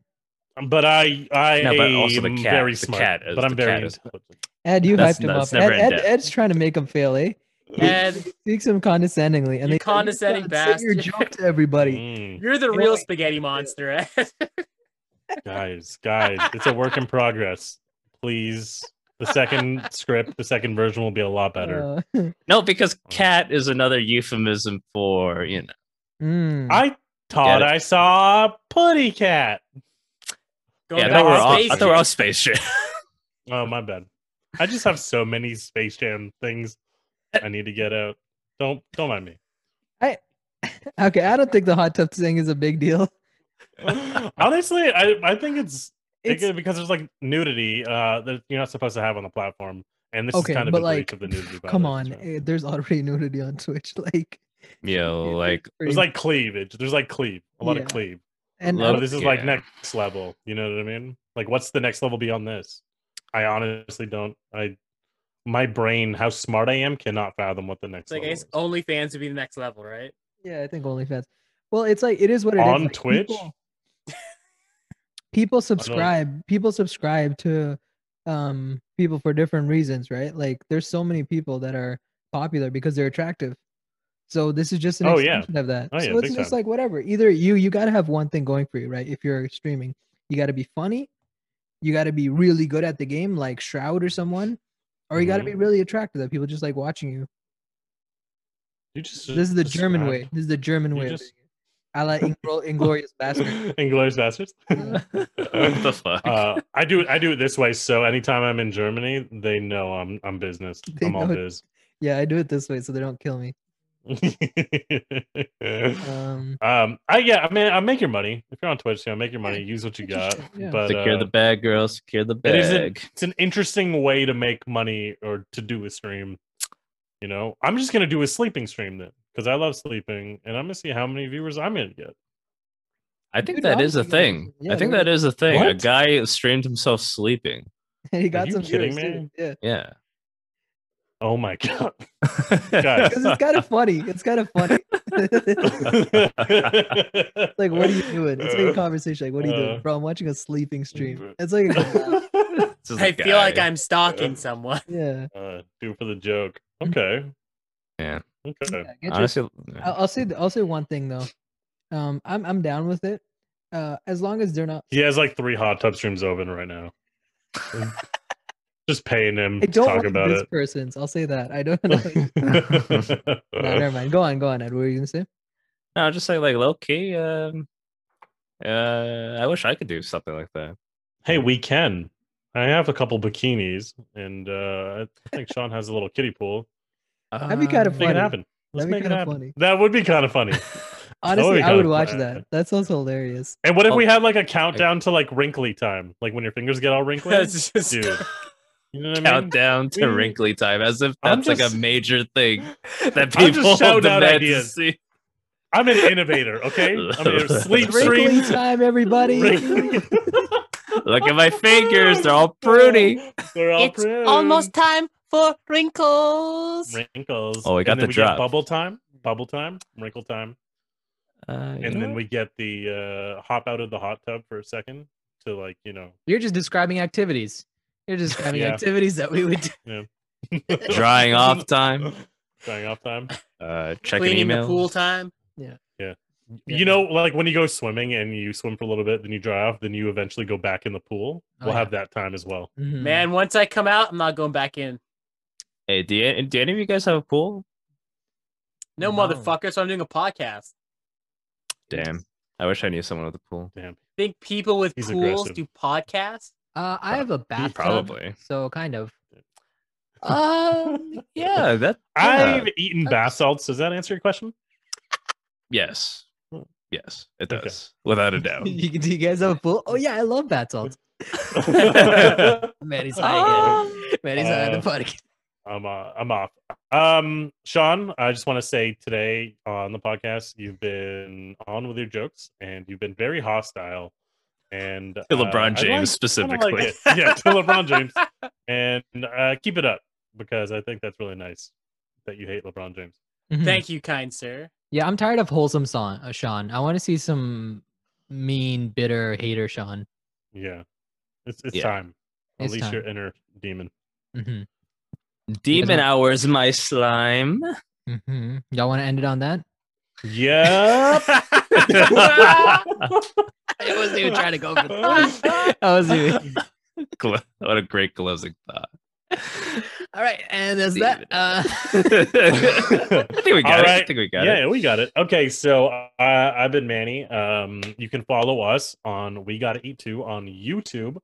But I I No, but also the am cat- very the smart. cat is- but I'm the very cat is- intelligent. Ed, you That's- hyped him that's up. never Ed, in Ed, depth. Ed's trying to make him fail, eh? Ed, Speaks him condescendingly, and You they tell you, condescending "Sean, say Your bastard." joke to everybody. Mm, you're the know real what? spaghetti monster. eh? Ed. guys, guys, it's a work in progress. Please. The second script, the second version will be a lot better. Uh, No, because cat is another euphemism for you know. mm. I thought it. I saw a putty cat. Going Yeah, I back thought to we're all, I Space thought we're Jam. all space shit. Oh my bad. I just have so many Space Jam things I need to get out. Don't don't mind me. okay, I don't think the hot tub thing is a big deal. Honestly, I, I think it's, It's it- because there's like nudity uh that you're not supposed to have on the platform, and this okay, is kind of but a like, breach of the nudity. come on, violations, right? eh, there's already nudity on Twitch. Like, Yeah, like there's like cleavage. There's like cleave. A lot Yeah. of cleave. and I Love But don't- this is like Yeah. next level. You know what I mean? Like, what's the next level beyond this? I honestly don't. I my brain, how smart I am, cannot fathom what the next It's like I level guess is. OnlyFans would be the next level, right? yeah, I think OnlyFans. Well, it's like it is what it is. On like, Twitch? people, people subscribe. People subscribe to um people for different reasons, right? Like, there's so many people that are popular because they're attractive. So this is just an Oh, yeah. extension of that. Oh, yeah, so it's big just time. like whatever. Either you you gotta have one thing going for you, right? If you're streaming, you gotta be funny, you gotta be really good at the game, like Shroud or someone, or you gotta Mhm. be really attractive that people just like watching you. You just This is the German described- way. This is the German You way. of just- doing it. A la Inglo- Inglorious Bastard. Inglorious Bastards. what the fuck? uh, I do I do it this way. So anytime I'm in Germany, they know I'm I'm business. They I'm all know- biz. Yeah, I do it this way so they don't kill me. Um, um, I yeah, I mean, I make your money if you're on Twitch. You know, make your money, use what you got. Yeah. But secure uh, the bag, girl. Secure the it is a- bag. it's an interesting way to make money or to do a stream. You know, I'm just gonna do a sleeping stream then because I love sleeping, and I'm gonna see how many viewers I'm gonna get. I think Dude, that is a honestly, yeah, thing. yeah, I think there that is a thing. A What? guy streamed himself sleeping. he got you some kidding viewers, too. me? Yeah, Yeah. Oh my god! because it's kind of funny. It's kind of funny. like, what are you doing? It's like a conversation. Like, what are you doing, Uh, bro? I'm watching a sleeping stream. uh, It's like, This is I a feel like guy. I'm stalking someone. yeah. uh, do it for the joke. Okay. Yeah. Okay. yeah, get your honestly. I'll, uh, I'll say th- I'll say one thing though. Um, I'm I'm down with it, uh, as long as they're not. He has like three hot tub streams open right now. Just paying him I to don't talk like about this it. person's. I'll say that. I don't. Know. no, never mind. Go on, go on, Ed. What were you gonna say? No, just like like low key. Um, uh, I wish I could do something like that. hey, we can. I have a couple bikinis, and uh, I think Sean has a little kiddie pool. That'd be kind of Um, Make Funny. it happen. Let's That'd be make it kinda happen. funny. That would be kind of funny. Honestly, be I would kinda watch fun. that. That sounds hilarious. And what if Oh. we had like a countdown to like wrinkly time, like when your fingers get all wrinkly? That's just Dude, you know what I mean? Countdown to we- wrinkly time, as if I'm that's like a just- major thing that I'm just people shouting out demand to ideas. see. I'm an innovator, okay? I'm a sleep Wrinkly stream. time, everybody. Wrinkly- Look at my fingers; they're all pruny. They're all It's pruned. almost time for wrinkles. wrinkles. Oh, we got and then the we drop. Get bubble time, bubble time, wrinkle time, Uh, you and know then we get the uh, hop out of the hot tub for a second to like you know You're just describing activities. You're just describing Yeah. activities that we would do. what? drying off time, drying off time. uh, checking cleaning email. the pool time. You know, like when you go swimming and you swim for a little bit, then you dry off, then you eventually go back in the pool. Oh, we'll yeah. have that time as well. Mhm. Man, once I come out, I'm not going back in. Hey, do, you, do any of you guys have a pool? No, No. motherfucker. So I'm doing a podcast. Damn, I wish I knew someone with a pool. Damn. Think people with He's pools aggressive. do podcasts? Uh, I have a bathtub. Probably. So kind of. Um, Uh, yeah, that. yeah. I've eaten bath salts. Does that answer your question? Yes. Yes, it Okay. does. Without a doubt. you, do you guys have a pool? Oh yeah, I love bath salts. Man, he's high. Ah. again. Man, he's high on the Uh, podcast. I'm uh, I'm off. Um, Sean, I just want to say today on the podcast, you've been on with your jokes and you've been very hostile. And To uh, I LeBron like- James kinda like specifically. it. yeah, to LeBron James, and uh, keep it up because I think that's really nice that you hate LeBron James. Mhm. Thank you, kind sir. Yeah, I'm tired of wholesome Sean. Uh, Sean, I want to see some mean, bitter hater Sean. Yeah, it's it's Yeah. time. It's Release your time. inner demon. Mhm, Demon hours, my slime. mhm. Y'all want to end it on that? Yep. I wasn't even trying to go for that. I was even- Glo- what a great closing thought. All right, and that's Demon that. Uh, I think we got All it. I right. think we got yeah, it. we got it. Okay, so uh, I, I've been Manny. Um, you can follow us on We Gotta Eat Too on YouTube,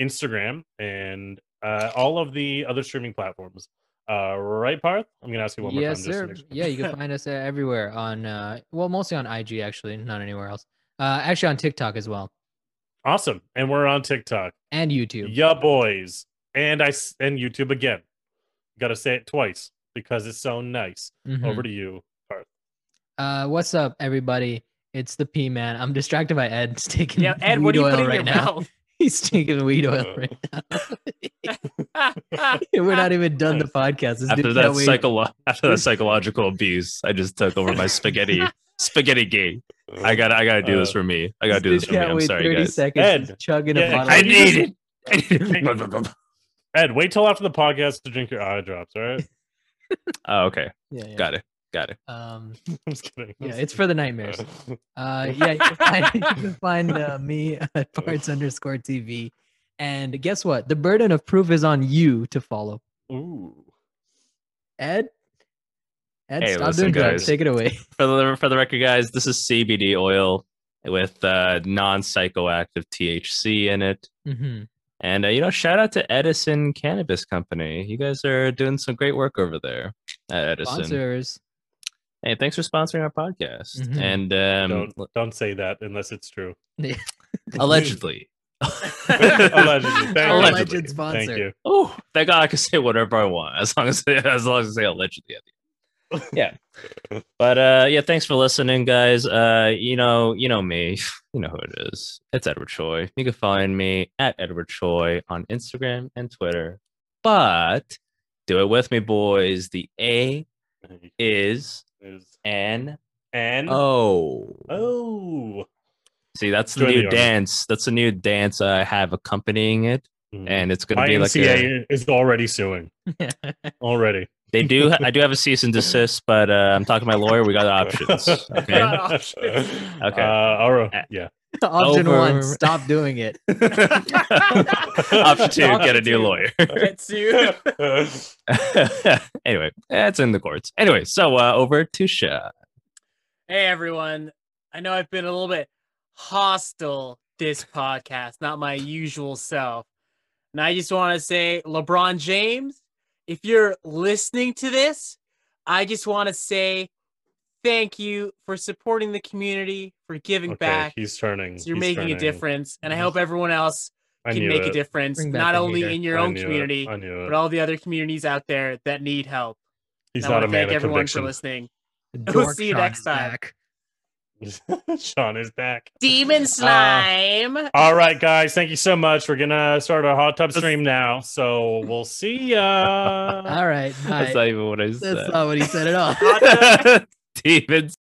Instagram, and uh, all of the other streaming platforms. Uh, right, Parth? I'm gonna ask you one more yes, time. just to sir. make sure. Yeah, you can find us uh, everywhere on, uh, well, mostly on IG actually, not anywhere else. Uh, actually on TikTok as well Awesome, and we're on TikTok. and YouTube. Yeah, boys, and I s- and YouTube again. Gotta say it twice because it's so nice. Mhm. Over to you. Uh, what's up, everybody? It's the P man. I'm distracted by Ed's taking Yeah, Ed, what weed do you oil put in right your now. mouth? He's taking weed Uh, oil right now. We're not even done the podcast. This After dude that can't wait. psycholo- after that psychological abuse, I just took over my spaghetti spaghetti game. I got to I gotta do this Uh, for me. I gotta do dude this for me. can't I'm wait sorry, 30 guys. seconds. Ed, He's chugging yeah, a bottle. I of- need it. I need Hey. it. Ed, wait till after the podcast to drink your eye drops. All right. oh, okay. Yeah, yeah. Got it. Got it. Um, I'm just kidding. yeah, it's for the nightmares. Uh, yeah, you can find, you can find uh, me at parts underscore TV. And guess what? The burden of proof is on you to follow. Ooh. Ed, Ed, Hey, stop listen, doing drugs. guys. Take it away. for the for the record, guys, this is CBD oil with uh, non psychoactive THC in it. Mhm. And uh, you know, shout out to Edison Cannabis Company. You guys are doing some great work over there. at Edison. Sponsors. Hey, thanks for sponsoring our podcast. Mhm. And um, Mm-hmm. don't don't say that unless it's true. allegedly. Allegedly. Thank you. Allegedly. Alleged sponsor. Thank you. Oh, thank God I can say whatever I want as long as as long as I say allegedly at the end. Yeah. But uh yeah, thanks for listening, guys. Uh you know, you know me. You know who it is. It's Edward Choi. You can find me at Edward Choi on Instagram and Twitter. But do it with me, boys. The A is Is- an And O. oh, See, that's the Join the new army. dance. That's the new dance I have accompanying it. Hmm. And it's gonna be like a, YMCA is already suing. already. They do. I do have a cease and desist, but uh, I'm talking to my lawyer. We got options. Okay. Got options. Uh, all right. Yeah. Option one: Over. stop doing it. Option two: get a new lawyer. Get sued. anyway, that's in the courts. Anyway, so uh, over to Sha. Hey everyone. I know I've been a little bit hostile this podcast, not my usual self. And I just want to say, LeBron James, if you're listening to this, I just want to say thank you for supporting the community, for giving Okay, back. he's turning. So you're He's making turning. a difference. And I Mhm. hope everyone else I can knew make it. a difference, Bring back not the only hater. in your I own knew it. community, I knew but it. all the other communities out there that need help. He's and not a I want to man thank of everyone for conviction. listening. Dork see you Sean next is time. back. Sean is back. Uh, Demon slime. All right, guys. Thank you so much. We're gonna start our hot tub stream now. So we'll see ya. All right, bye. That's not even what I That's said. not what he said at all. Demons.